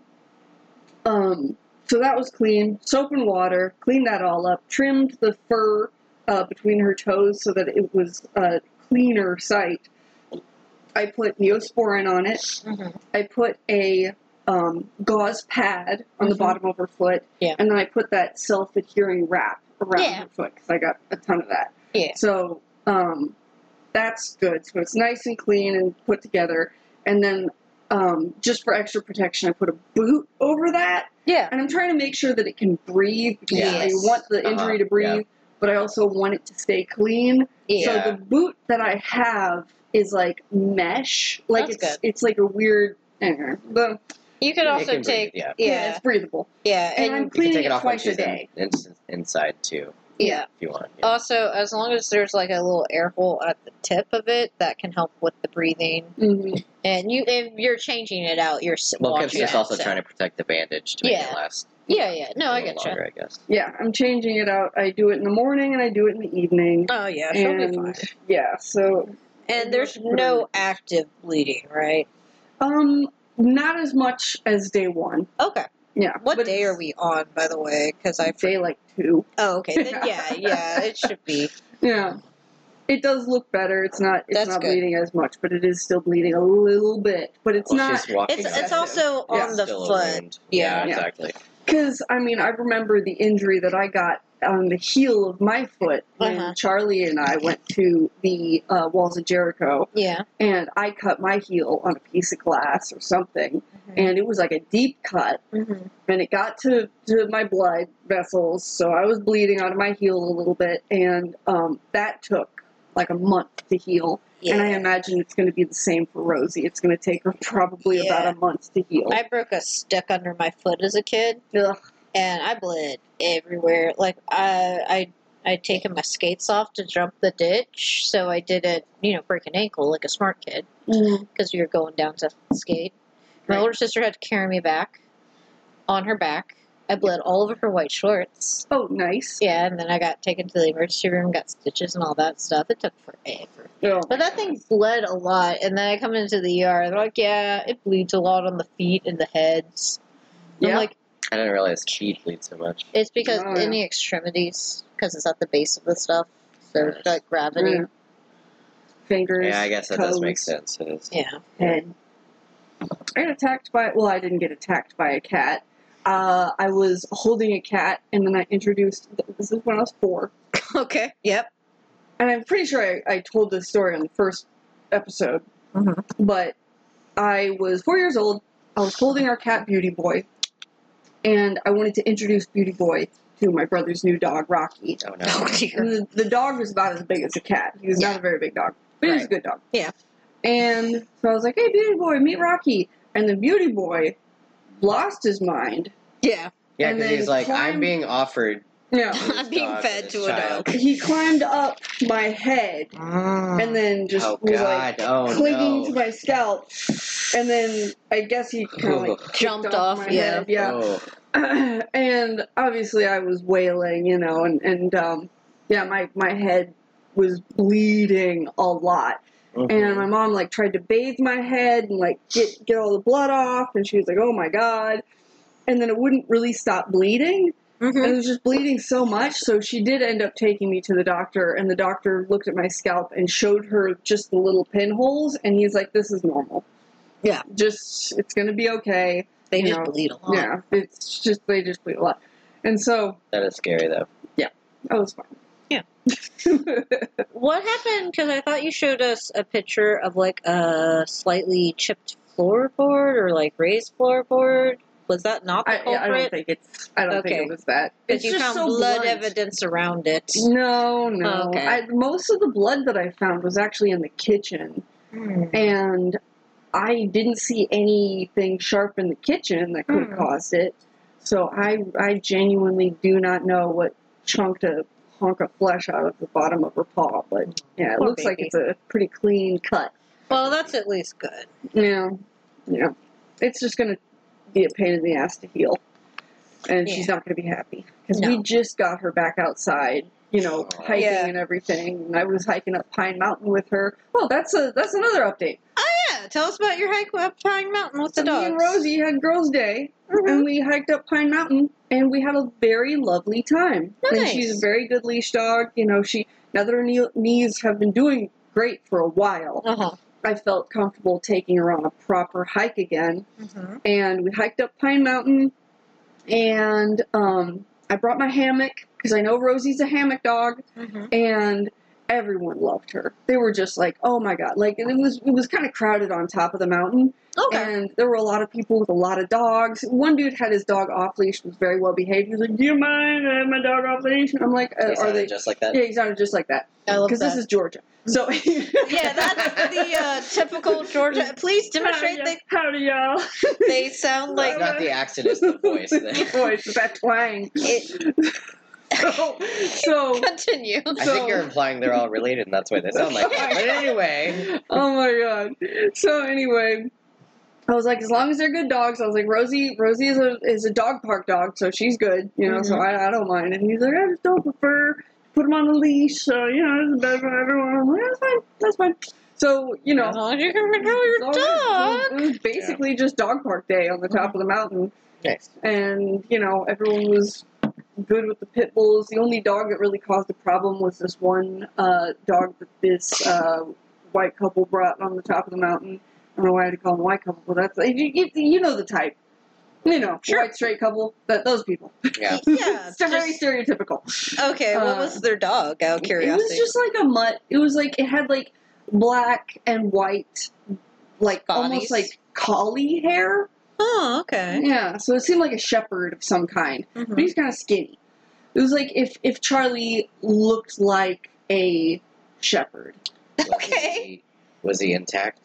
Speaker 4: um, so that was clean. Soap and water, cleaned that all up, trimmed the fur uh, between her toes so that it was a cleaner sight. I put neosporin on it.
Speaker 2: Mhm.
Speaker 4: I put a um, gauze pad on the
Speaker 2: Mhm.
Speaker 4: bottom of her foot,
Speaker 2: Yeah.
Speaker 4: and then I put that self-adhering wrap around
Speaker 2: Yeah.
Speaker 4: her foot because I got a ton of that.
Speaker 2: Yeah.
Speaker 4: So um, that's good. So it's nice and clean and put together. And then um, just for extra protection, I put a boot over that,
Speaker 2: yeah,
Speaker 4: and I'm trying to make sure that it can breathe because
Speaker 2: Yes.
Speaker 4: I want the
Speaker 3: Uh-huh.
Speaker 4: injury to breathe, but I also want it to stay clean.
Speaker 2: yeah.
Speaker 4: So the boot that I have is like mesh. Like
Speaker 2: That's
Speaker 4: it's
Speaker 2: good.
Speaker 4: it's like a weird Anyway, the,
Speaker 2: You could
Speaker 3: It
Speaker 2: also
Speaker 3: can breathe,
Speaker 2: take
Speaker 3: yeah.
Speaker 4: yeah.
Speaker 2: yeah,
Speaker 4: it's breathable.
Speaker 2: yeah,
Speaker 4: And
Speaker 2: and
Speaker 4: I'm
Speaker 3: You can
Speaker 4: cleaning
Speaker 3: take it
Speaker 4: it
Speaker 3: off when
Speaker 4: twice a
Speaker 3: she's in-
Speaker 4: day.
Speaker 3: in- inside too,
Speaker 2: yeah. Oh,
Speaker 3: if you want. yeah.
Speaker 2: Also, as long as there's like a little air hole at the tip of it, that can help with the breathing.
Speaker 4: Mhm.
Speaker 2: And you, if you're changing it out, you're s-
Speaker 3: well, Kim's
Speaker 2: watching
Speaker 3: just
Speaker 2: it,
Speaker 3: also
Speaker 2: so-
Speaker 3: trying to protect the bandage to make
Speaker 2: Yeah.
Speaker 3: it last.
Speaker 2: Yeah, yeah. No,
Speaker 3: a
Speaker 2: I
Speaker 3: little
Speaker 2: get you.
Speaker 3: longer, I guess.
Speaker 4: Yeah, I'm changing it out. I do it in the morning and I do it in the evening.
Speaker 2: Oh yeah, she'll be fine.
Speaker 4: and yeah, so
Speaker 2: And there's
Speaker 4: Put her in.
Speaker 2: no active bleeding, right?
Speaker 4: um, not as much as day one.
Speaker 2: Okay.
Speaker 4: Yeah.
Speaker 2: What
Speaker 4: but
Speaker 2: day are we on, by the way? Because I.
Speaker 4: Day like two.
Speaker 2: Oh, okay. Then yeah, yeah. It should be.
Speaker 4: Yeah. It does look better. It's not. It's
Speaker 2: That's
Speaker 4: not
Speaker 2: good.
Speaker 4: bleeding as much, but it is still bleeding a little bit. But it's
Speaker 3: Well,
Speaker 4: not
Speaker 3: she's walking
Speaker 2: It's
Speaker 3: on
Speaker 2: it's
Speaker 3: it.
Speaker 2: also
Speaker 4: Yeah.
Speaker 2: on the
Speaker 3: Still a
Speaker 2: foot.
Speaker 3: wound.
Speaker 2: Yeah.
Speaker 3: Yeah,
Speaker 4: Yeah.
Speaker 3: exactly.
Speaker 4: Because, I mean, I remember the injury that I got on the heel of my foot when
Speaker 2: Uh-huh.
Speaker 4: Charlie and I went to the uh, Walls of Jericho,
Speaker 2: Yeah.
Speaker 4: and I cut my heel on a piece of glass or something, and it was like a deep cut,
Speaker 2: Mhm.
Speaker 4: and it got to, to my blood vessels, so I was bleeding out of my heel a little bit, and um, that took like a month to heal.
Speaker 2: Yeah.
Speaker 4: And I imagine it's going to be the same for Rosie. It's going to take her probably about a month to heal.
Speaker 2: I broke a stick under my foot as a kid,
Speaker 4: Ugh.
Speaker 2: and I bled everywhere. Like I, I, I'd taken my skates off to jump the ditch, so I didn't, you know, break an ankle like a smart kid
Speaker 4: Mm.
Speaker 2: because we were going down to skate. My
Speaker 4: Right.
Speaker 2: older sister had to carry me back on her back. I bled all over her white shorts.
Speaker 4: Oh, nice.
Speaker 2: Yeah, and then I got taken to the emergency room, got stitches and all that stuff. It took forever.
Speaker 4: Oh,
Speaker 2: But that thing bled a lot, and then I come into the ER. They're like, "Yeah, it bleeds a lot on the feet and the heads." I'm
Speaker 4: Yeah.
Speaker 2: like,
Speaker 3: I didn't realize she bleeds so much.
Speaker 2: it's because
Speaker 4: Oh,
Speaker 2: in the extremities, because it's at the base of the stuff, so it's like gravity.
Speaker 4: Yeah. Mm. Fingers.
Speaker 3: Yeah, I guess that does make
Speaker 4: toes,
Speaker 3: sense. It is.
Speaker 2: Yeah.
Speaker 4: Head. I got attacked by. Well, I didn't get attacked by a cat. Uh, I was holding a cat, and then I introduced. This is when I was four,
Speaker 2: Okay. Yep.
Speaker 4: and I'm pretty sure I, I told this story on the first episode.
Speaker 2: Mhm.
Speaker 4: But I was four years old. I was holding our cat Beauty Boy, and I wanted to introduce Beauty Boy to my brother's new dog Rocky.
Speaker 3: Oh
Speaker 2: Oh
Speaker 3: no.
Speaker 2: dear.
Speaker 4: And the, the dog was about as big as a cat. He was not a very big dog, but he was a good dog.
Speaker 2: Yeah.
Speaker 4: And so I was like, hey, Beauty Boy, meet Rocky. And the Beauty Boy lost his mind.
Speaker 2: Yeah.
Speaker 3: Yeah,
Speaker 4: And
Speaker 3: because
Speaker 4: then
Speaker 3: he's like,
Speaker 4: climbed-
Speaker 3: I'm being offered.
Speaker 4: Yeah.
Speaker 3: this
Speaker 2: I'm being
Speaker 3: dog
Speaker 2: fed
Speaker 3: and
Speaker 2: to
Speaker 3: this
Speaker 2: a
Speaker 3: child.
Speaker 2: dog.
Speaker 4: He climbed up my head and then just
Speaker 3: oh
Speaker 4: was
Speaker 3: God!
Speaker 4: like
Speaker 3: oh
Speaker 4: clinging
Speaker 3: no!
Speaker 4: to my scalp. And then I guess he kind of like kicked
Speaker 2: Jumped
Speaker 4: off,
Speaker 2: off,
Speaker 4: my
Speaker 2: yeah.
Speaker 4: head. Yeah.
Speaker 3: Oh,
Speaker 4: and obviously I was wailing, you know, and, and um, yeah, my, my head was bleeding a lot.
Speaker 3: mm-hmm.
Speaker 4: and my mom like tried to bathe my head and like get get all the blood off and she was like oh my god and then it wouldn't really stop bleeding
Speaker 2: Mm-hmm.
Speaker 4: and it was just bleeding so much so she did end up taking me to the doctor and the doctor looked at my scalp and showed her just the little pinholes and he's like this is normal
Speaker 2: Yeah.
Speaker 4: just it's gonna be okay
Speaker 2: They
Speaker 4: You
Speaker 2: just
Speaker 4: know,
Speaker 2: bleed a lot.
Speaker 4: yeah it's just they just bleed a lot and so
Speaker 3: that is scary though.
Speaker 4: i was fine
Speaker 2: Yeah.
Speaker 4: yeah
Speaker 2: What happened? Because I thought you showed us a picture of like a slightly chipped floorboard or like raised floorboard. Was that not the
Speaker 4: I,
Speaker 2: culprit?
Speaker 4: yeah, I don't think it's i don't think
Speaker 2: Okay.
Speaker 4: it was that
Speaker 2: Because
Speaker 4: it's
Speaker 2: you
Speaker 4: just
Speaker 2: found
Speaker 4: so
Speaker 2: blood
Speaker 4: blunt.
Speaker 2: evidence around it.
Speaker 4: No, no.
Speaker 2: Oh, Okay.
Speaker 4: I, most of the blood that I found was actually in the kitchen, Mm-hmm. and I didn't see anything sharp in the kitchen that could have
Speaker 2: Hmm.
Speaker 4: caused it. So I, I genuinely do not know what chunked a honk of flesh out of the bottom of her paw, but yeah, it
Speaker 2: Poor
Speaker 4: looks like
Speaker 2: baby.
Speaker 4: it's a pretty clean cut.
Speaker 2: Well, that's at least good.
Speaker 4: Yeah, yeah. It's just gonna be a pain in the ass to heal, and she's not gonna be happy because
Speaker 2: No.
Speaker 4: we just got her back outside. You know,
Speaker 3: Aw.
Speaker 4: hiking
Speaker 2: Yeah.
Speaker 4: and everything. And I was hiking up Pine Mountain with her. Oh, that's a that's another update.
Speaker 2: Yeah, tell us about your hike up Pine Mountain with
Speaker 4: So
Speaker 2: the dogs.
Speaker 4: me and Rosie had Girls' Day,
Speaker 2: Mhm.
Speaker 4: and we hiked up Pine Mountain, and we had a very lovely time. And she's
Speaker 2: Nice.
Speaker 4: a very good leash dog. You know, she now that her knee- knees have been doing great for a while,
Speaker 2: Uh huh.
Speaker 4: I felt comfortable taking her on a proper hike again. and we hiked up Pine Mountain. And um, I brought my hammock because I know Rosie's a hammock dog,
Speaker 2: Mm-hmm.
Speaker 4: and everyone loved her. They were just like, "Oh my god!" Like, and it was it was kind of crowded on top of the mountain,
Speaker 2: Okay.
Speaker 4: And there were a lot of people with a lot of dogs. One dude had his dog off leash, was very well behaved. He was like, "Do you mind? I have my dog off leash." And I'm like, uh,
Speaker 3: They
Speaker 4: "Are
Speaker 3: sounded
Speaker 4: they?"
Speaker 3: just like that?
Speaker 4: Yeah, he sounded just like that
Speaker 2: I love
Speaker 4: because this
Speaker 2: that.
Speaker 4: is Georgia. So
Speaker 2: yeah, that's the uh, typical Georgia. Please demonstrate
Speaker 4: Howdy,
Speaker 2: that
Speaker 4: howdy, y'all.
Speaker 2: they sound like
Speaker 3: not the accent, it's the voice.
Speaker 4: The voice, that twang.
Speaker 2: it.
Speaker 4: So, so
Speaker 2: Continue.
Speaker 3: I
Speaker 4: So-
Speaker 3: think you're implying they're all related, and that's why they sound like that. But anyway,
Speaker 4: oh my god. So anyway, I was like, as long as they're good dogs, I was like, Rosie, Rosie is a is a dog park dog, so she's good, you know. So I, I don't mind. And he's like, I just don't prefer to put him on a leash, so you know, it's better for everyone. I'm like, that's fine, that's fine. So you know,
Speaker 2: As long as you can control your
Speaker 4: It was-
Speaker 2: dog.
Speaker 4: It was basically just dog park day on the top of the mountain.
Speaker 3: Nice.
Speaker 4: And, you know, everyone was good with the pit bulls. The only dog that really caused a problem was this one uh, dog that this uh, white couple brought on the top of the mountain. I don't know why I had to call them a white couple, but that's, you, you, you know the type. You know,
Speaker 2: Sure.
Speaker 4: white straight couple, that those people.
Speaker 3: yeah.
Speaker 2: Yeah.
Speaker 4: They're very
Speaker 2: just-
Speaker 4: stereotypical.
Speaker 2: okay, what
Speaker 4: uh,
Speaker 2: was their dog? Out of curiosity.
Speaker 4: It was just like a mutt. It was like it had like black and white, like
Speaker 2: Bodies.
Speaker 4: almost like collie hair.
Speaker 2: oh, okay.
Speaker 4: Yeah, so it seemed like a shepherd of some kind, but
Speaker 2: Mhm.
Speaker 4: he's kind of skinny. It was like if if Charlie looked like a shepherd.
Speaker 3: Was he-
Speaker 2: Okay.
Speaker 3: was he intact?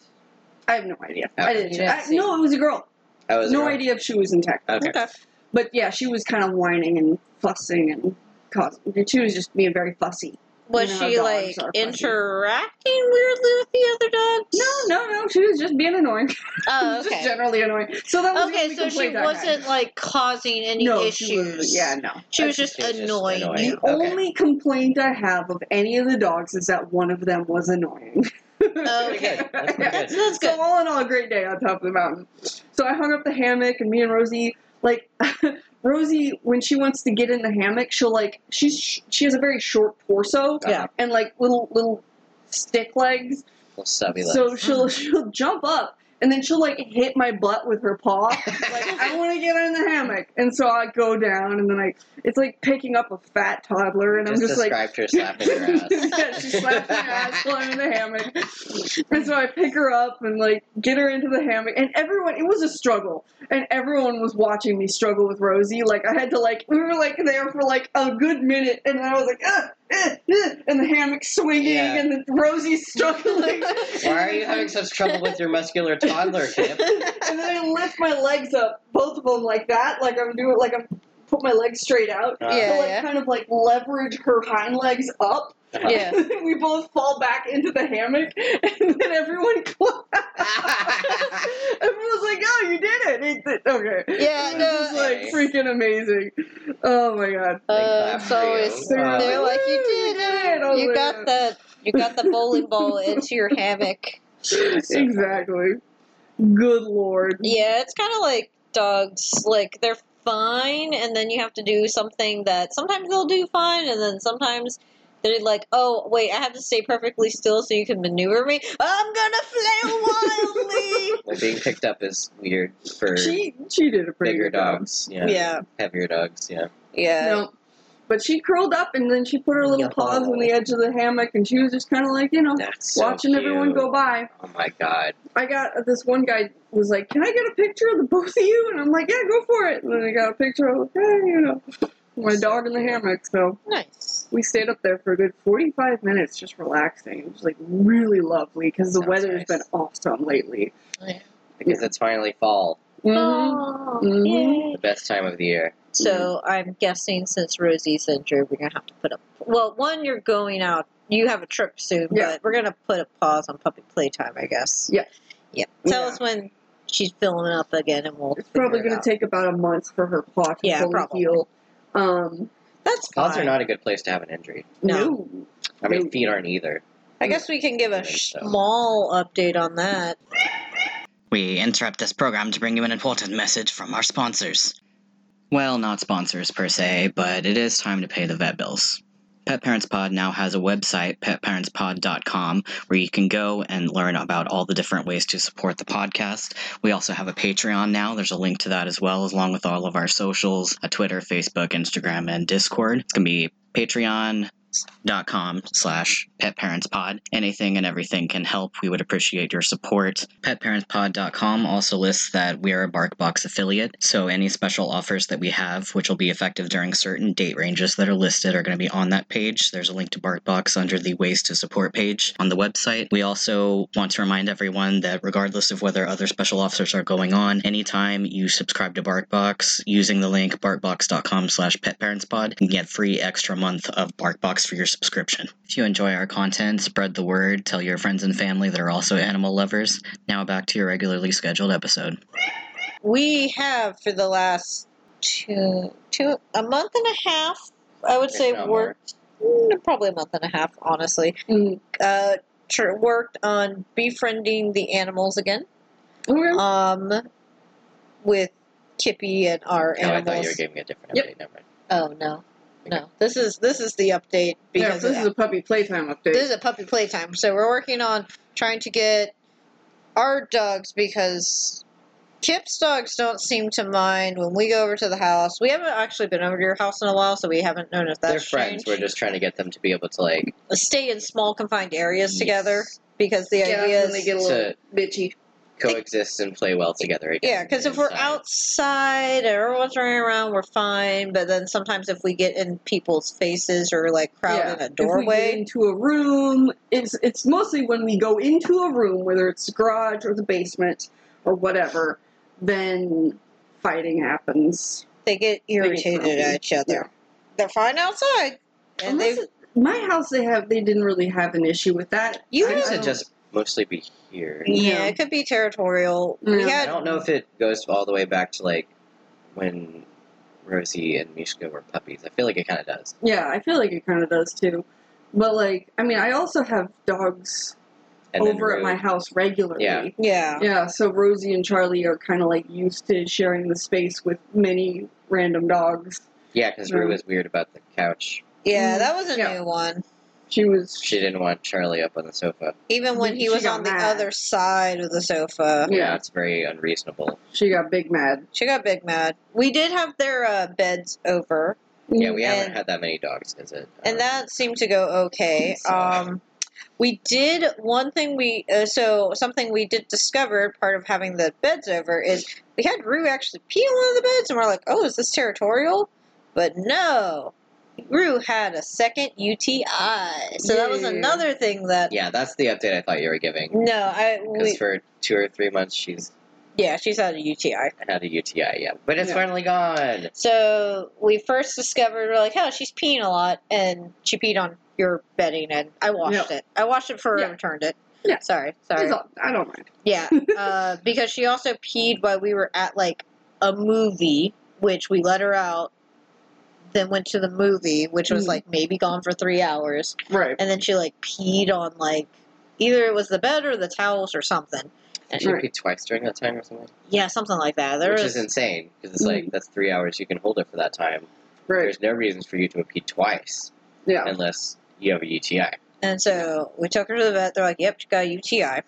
Speaker 4: I have no idea.
Speaker 3: Oh,
Speaker 4: I
Speaker 2: you
Speaker 4: didn't.
Speaker 2: didn't
Speaker 4: I,
Speaker 2: see.
Speaker 4: no, it was a girl.
Speaker 3: I was
Speaker 4: no
Speaker 3: wrong.
Speaker 4: idea if she was intact,
Speaker 3: Okay.
Speaker 2: Okay.
Speaker 4: but yeah, she was kind of whining and fussing and causing. She was just being very fussy.
Speaker 2: Was
Speaker 4: You know,
Speaker 2: she
Speaker 4: dogs
Speaker 2: like
Speaker 4: are fussy.
Speaker 2: interacting weirdly with the other dogs?
Speaker 4: No, no, no. She was just being annoying.
Speaker 2: Oh,
Speaker 4: just
Speaker 2: okay.
Speaker 4: generally annoying. So that was the
Speaker 2: Okay,
Speaker 4: only
Speaker 2: so she
Speaker 4: complaint I had.
Speaker 2: wasn't like causing any
Speaker 4: no,
Speaker 2: issues.
Speaker 4: She was, yeah, no.
Speaker 2: She was
Speaker 3: She
Speaker 2: just
Speaker 3: was just
Speaker 2: annoying.
Speaker 3: annoying.
Speaker 4: The
Speaker 3: Okay.
Speaker 4: only complaint I have of any of the dogs is that one of them was annoying.
Speaker 2: Okay.
Speaker 3: That's pretty good.
Speaker 2: So that's good.
Speaker 4: So all in all, a great day on top of the mountain. So I hung up the hammock, and me and Rosie, like Rosie, when she wants to get in the hammock, she'll like she's she has a very short torso
Speaker 2: Yeah.
Speaker 4: and like little little stick legs,
Speaker 3: Little stubby legs.
Speaker 4: so she'll she'll jump up and then she'll like hit my butt with her paw. like I want to get in the hammock, and so I go down, and then I it's like picking up a fat toddler, and
Speaker 3: just
Speaker 4: I'm just like.
Speaker 3: described her slapping her ass.
Speaker 4: yeah, she slapped my ass while I'm in the hammock. And so I pick her up and like get her into the hammock. And everyone, it was a struggle, and everyone was watching me struggle with Rosie. Like I had to like we were like there for like a good minute, and I was like, ah, eh, eh, and the hammock swinging,
Speaker 3: Yeah.
Speaker 4: and the Rosie struggling.
Speaker 3: Why are you having such trouble with your muscular toddler, Kip?
Speaker 4: and then I lift my legs up, both of them like that, like I'm doing, like I'm put my legs straight out.
Speaker 3: Uh,
Speaker 2: Yeah.
Speaker 4: So like kind of like leverage her hind legs up.
Speaker 3: uh-huh.
Speaker 2: Yeah.
Speaker 4: we both fall back into the hammock, and then everyone claps. Everyone's like, "Oh, you did it!" It- it- okay.
Speaker 2: Yeah,
Speaker 4: It was
Speaker 2: no,
Speaker 4: just, like
Speaker 3: it's-
Speaker 4: freaking amazing. Oh my god.
Speaker 2: Uh,
Speaker 3: clap
Speaker 2: it's
Speaker 3: for you.
Speaker 2: always
Speaker 4: Uh,
Speaker 2: they're like you
Speaker 4: "Woo,
Speaker 2: did
Speaker 4: you
Speaker 2: it.
Speaker 4: did it."
Speaker 2: You got the you got the bowling ball into your hammock.
Speaker 4: exactly. Good lord.
Speaker 2: Yeah, it's kind of like dogs. Like they're fine, and then you have to do something that sometimes they'll do fine, and then sometimes they're like, "Oh, wait, I have to stay perfectly still so you can maneuver me. I'm gonna flail wildly."
Speaker 3: Well, being picked up is weird for
Speaker 4: She she did a pretty
Speaker 3: bigger
Speaker 4: good job.
Speaker 3: dogs. Yeah.
Speaker 2: yeah,
Speaker 3: Heavier dogs, yeah.
Speaker 2: yeah.
Speaker 4: No. But she curled up and then she put her little
Speaker 3: Yeah.
Speaker 4: paws on the edge of the hammock and she was just kind of like, you know,
Speaker 3: That's so
Speaker 4: watching everyone
Speaker 3: cute.
Speaker 4: go by.
Speaker 3: Oh my god.
Speaker 4: I got uh, this one guy was like, "Can I get a picture of the both of you?" And I'm like, "Yeah, go for it." And then I got a picture. I was like, "Hey, you know, my dog in the hammock." So
Speaker 2: Nice.
Speaker 4: we stayed up there for a good 45 minutes, just relaxing. It was like really lovely because the
Speaker 3: Sounds
Speaker 4: weather's
Speaker 3: nice.
Speaker 4: been awesome lately.
Speaker 3: Because it's finally fall,
Speaker 4: Mhm.
Speaker 2: Oh,
Speaker 4: Mhm.
Speaker 2: yay.
Speaker 3: the best time of the year.
Speaker 2: So I'm guessing since Rosie's injured, we're gonna have to put a well. One, you're going out. You have a trip soon,
Speaker 4: Yeah.
Speaker 2: but we're gonna put a pause on puppy playtime, I guess.
Speaker 4: Yeah.
Speaker 2: Yeah. Tell
Speaker 4: Yeah.
Speaker 2: us when she's filling up again, and we'll.
Speaker 4: It's probably
Speaker 2: figure it
Speaker 4: going
Speaker 2: out.
Speaker 4: to take about a month for her paw to
Speaker 2: Yeah,
Speaker 4: fully
Speaker 2: probably.
Speaker 4: heal. Um,
Speaker 2: That's fine.
Speaker 3: Paws are not a good place to have an injury.
Speaker 2: No.
Speaker 3: I mean,
Speaker 4: No.
Speaker 3: feet aren't either.
Speaker 2: I guess we can give a
Speaker 3: I think so.
Speaker 2: small update on that.
Speaker 1: We interrupt this program to bring you an important message from our sponsors. Well, not sponsors per se, but it is time to pay the vet bills. Pet Parents Pod now has a website, petparentspod.com, where you can go and learn about all the different ways to support the podcast. We also have a Patreon now. There's a link to that as well, along with all of our socials a Twitter, Facebook, Instagram, and Discord. It's going to be Patreon patreon.com slash petparentspod. Anything and everything can help. We would appreciate your support. Petparentspod.com also lists that we are a BarkBox affiliate, so any special offers that we have, which will be effective during certain date ranges that are listed, are going to be on that page. There's a link to BarkBox under the Ways to Support page on the website. We also want to remind everyone that regardless of whether other special offers are going on, anytime you subscribe to BarkBox using the link barkbox.com slash petparentspod, you can get free extra month of BarkBox for your subscription. If you enjoy our content, spread the word, tell your friends and family that are also animal lovers. Now back to your regularly scheduled episode.
Speaker 2: We have for the last two two a month and a half, I would
Speaker 3: If
Speaker 2: say
Speaker 3: not
Speaker 2: worked mm, probably a month and a half, honestly.
Speaker 4: Mm.
Speaker 2: Uh, tr- worked on befriending the animals again.
Speaker 4: Okay.
Speaker 2: Um, with Kippy and our
Speaker 3: Oh, I thought you were
Speaker 2: animals.
Speaker 3: giving a different
Speaker 4: Yep.
Speaker 3: update. Never mind.
Speaker 2: Oh no, no. This is this is the update
Speaker 4: Yeah,
Speaker 2: because
Speaker 4: this is a puppy playtime update.
Speaker 2: this is a puppy playtime. So we're working on trying to get our dogs because Kip's dogs don't seem to mind when we go over to the house. We haven't actually been over to your house in a while, so we haven't known if that's
Speaker 3: They're friends.
Speaker 2: changed.
Speaker 3: We're just trying to get them to be able to like
Speaker 2: Stay in small confined areas
Speaker 3: Yes.
Speaker 2: together because the
Speaker 4: yeah,
Speaker 2: idea
Speaker 4: and they
Speaker 2: is
Speaker 4: get a little
Speaker 3: to
Speaker 4: bitchy.
Speaker 3: coexist and play well together again.
Speaker 2: yeah. Because if we're
Speaker 3: inside.
Speaker 2: outside and everyone's running around, we're fine. But then sometimes if we get in people's faces or like crowd
Speaker 4: Yeah,
Speaker 2: in a
Speaker 4: If we get
Speaker 2: doorway,
Speaker 4: into a room, it's it's mostly when we go into a room, whether it's the garage or the basement or whatever, then fighting happens.
Speaker 2: they get irritated at each other.
Speaker 4: Yeah.
Speaker 2: They're fine outside, and they
Speaker 4: Unless it- my house, they have they didn't really have an issue with that.
Speaker 2: You
Speaker 4: I-
Speaker 2: guys
Speaker 4: I
Speaker 3: Seems to
Speaker 4: don't-
Speaker 3: just mostly be here.
Speaker 2: Yeah,
Speaker 4: Yeah.
Speaker 2: it could be territorial. We
Speaker 4: Yeah.
Speaker 3: I
Speaker 2: had
Speaker 3: don't know if it goes all the way back to like when Rosie and Mishka were puppies. I feel like it kind of does.
Speaker 4: yeah, I feel like it kind of does too. But like, I mean, I also have dogs
Speaker 3: And then
Speaker 4: over at
Speaker 3: Ro-
Speaker 4: my house regularly.
Speaker 3: Yeah.
Speaker 2: yeah.
Speaker 4: Yeah, so Rosie and Charlie are kind of like used to sharing the space with many random dogs.
Speaker 3: Yeah, because Rue
Speaker 4: Mm.
Speaker 3: was weird about the couch.
Speaker 2: Yeah,
Speaker 4: Mm,
Speaker 2: that was a
Speaker 4: yeah.
Speaker 2: new one.
Speaker 4: She was
Speaker 3: She didn't want Charlie up on the sofa.
Speaker 2: Even when he
Speaker 4: She
Speaker 2: was
Speaker 4: got
Speaker 2: on the
Speaker 4: mad.
Speaker 2: other side of the sofa,
Speaker 4: Yeah.
Speaker 3: it's very unreasonable.
Speaker 4: she got big mad.
Speaker 2: she got big mad. We did have their uh, beds over,
Speaker 3: Yeah, we haven't
Speaker 2: And-
Speaker 3: had that many dogs visit.
Speaker 2: and
Speaker 3: um,
Speaker 2: that seemed to go okay.
Speaker 3: So-
Speaker 2: Um, we did one thing we uh, so something we did discover part of having the beds over is we had Rue actually pee on one of the beds, and we're like, oh, is this territorial? But no. Rue had a second UTI, so that was
Speaker 4: Yeah.
Speaker 2: another thing that
Speaker 3: Yeah, that's the update I thought you were giving.
Speaker 2: No, I
Speaker 3: Because
Speaker 2: we,
Speaker 3: for two or three months she's
Speaker 2: yeah, she's had a UTI.
Speaker 3: had a UTI. Yeah, but it's
Speaker 4: Yeah.
Speaker 3: finally gone.
Speaker 2: So we first discovered we're like, oh, she's peeing a lot, and she peed on your bedding, and I washed it. I washed it for her
Speaker 4: Yeah.
Speaker 2: and returned it.
Speaker 4: Yeah.
Speaker 2: Sorry,
Speaker 4: It's
Speaker 2: sorry.
Speaker 4: all- I don't mind.
Speaker 2: yeah, uh, because she also peed while we were at like a movie, which we let her out. Then went to the movie, which was
Speaker 4: Mhm.
Speaker 2: like maybe gone for three hours,
Speaker 4: Right.
Speaker 2: and then she like peed on like either it was the bed or the towels or something.
Speaker 3: Did she
Speaker 4: Right.
Speaker 3: pee twice during that time or something?
Speaker 2: Yeah, something like that. There Mm.
Speaker 3: Which
Speaker 2: was-
Speaker 3: is insane because it's like that's three hours you can hold it for that time.
Speaker 4: Right.
Speaker 3: There's no reason for you to pee twice
Speaker 4: Yeah.
Speaker 3: unless you have a UTI.
Speaker 2: And so we took her to the vet. They're like, yep, she got a UTI.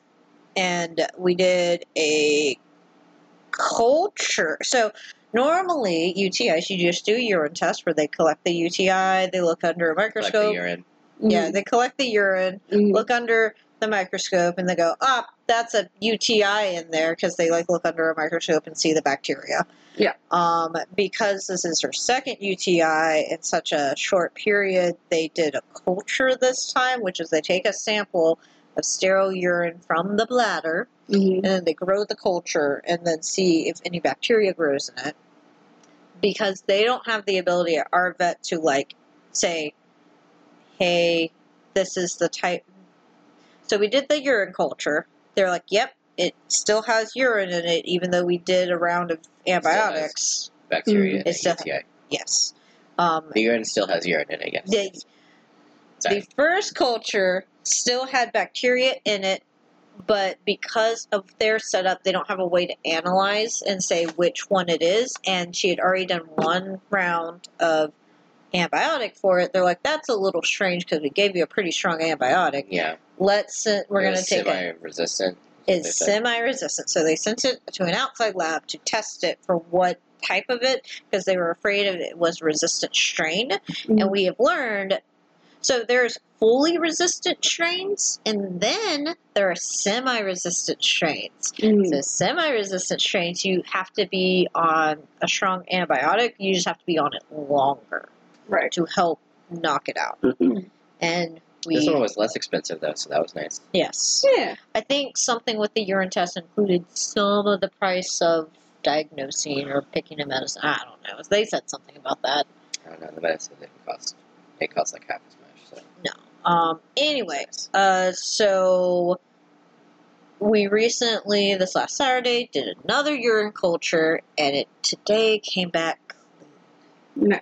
Speaker 2: And we did a culture. So normally, UTIs, you just do a urine test where they collect the UTI, they look under a
Speaker 3: Like the
Speaker 2: microscope.
Speaker 3: urine.
Speaker 4: Mm.
Speaker 2: yeah, they collect the urine,
Speaker 4: Mhm.
Speaker 2: look under the microscope, and they go, ah, that's a UTI in there because they like look under a microscope and see the bacteria.
Speaker 4: Yeah.
Speaker 2: Um, because this is her second UTI in such a short period, they did a culture this time, which is they take a sample of sterile urine from the bladder
Speaker 4: Mhm.
Speaker 2: and then they grow the culture and then see if any bacteria grows in it because they don't have the ability at our vet to like say hey this is the type so we did the urine culture they're like yep it still has urine in it even though we did a round of antibiotics
Speaker 3: Bacteria.
Speaker 4: Mm.
Speaker 3: and
Speaker 2: Mm-hmm. It's
Speaker 3: a
Speaker 2: def-
Speaker 3: UTI.
Speaker 2: yes um,
Speaker 3: The urine still has urine in it. Yes.
Speaker 2: they,
Speaker 3: Sorry.
Speaker 2: The first culture still had bacteria in it, but because of their setup, they don't have a way to analyze and say which one it is. And she had already done one round of antibiotic for it. They're like, that's a little strange because we gave you a pretty strong antibiotic.
Speaker 3: yeah.
Speaker 2: Let's uh, we're going to take it.
Speaker 3: resistant.
Speaker 2: It's semi-resistant, so they sent it to an outside lab to test it for what type of it because they were afraid of it was resistant strain. And we have learned So there's fully resistant strains, and then there are semi resistant strains. So, semi resistant strains, you have to be on a strong antibiotic, you just have to be on it longer
Speaker 4: Right.
Speaker 2: to help knock it out. And we.
Speaker 3: This one was less expensive though, so that was nice.
Speaker 2: Yes.
Speaker 4: Yeah.
Speaker 2: I think something with the urine test included some of the price of diagnosing or picking a medicine. I don't know. They said something about that.
Speaker 3: I don't know. The medicine didn't cost. It cost like half as much. So
Speaker 2: Um, anyway, uh, so we recently, this last Saturday, did another urine culture, and it today came back
Speaker 4: Nice.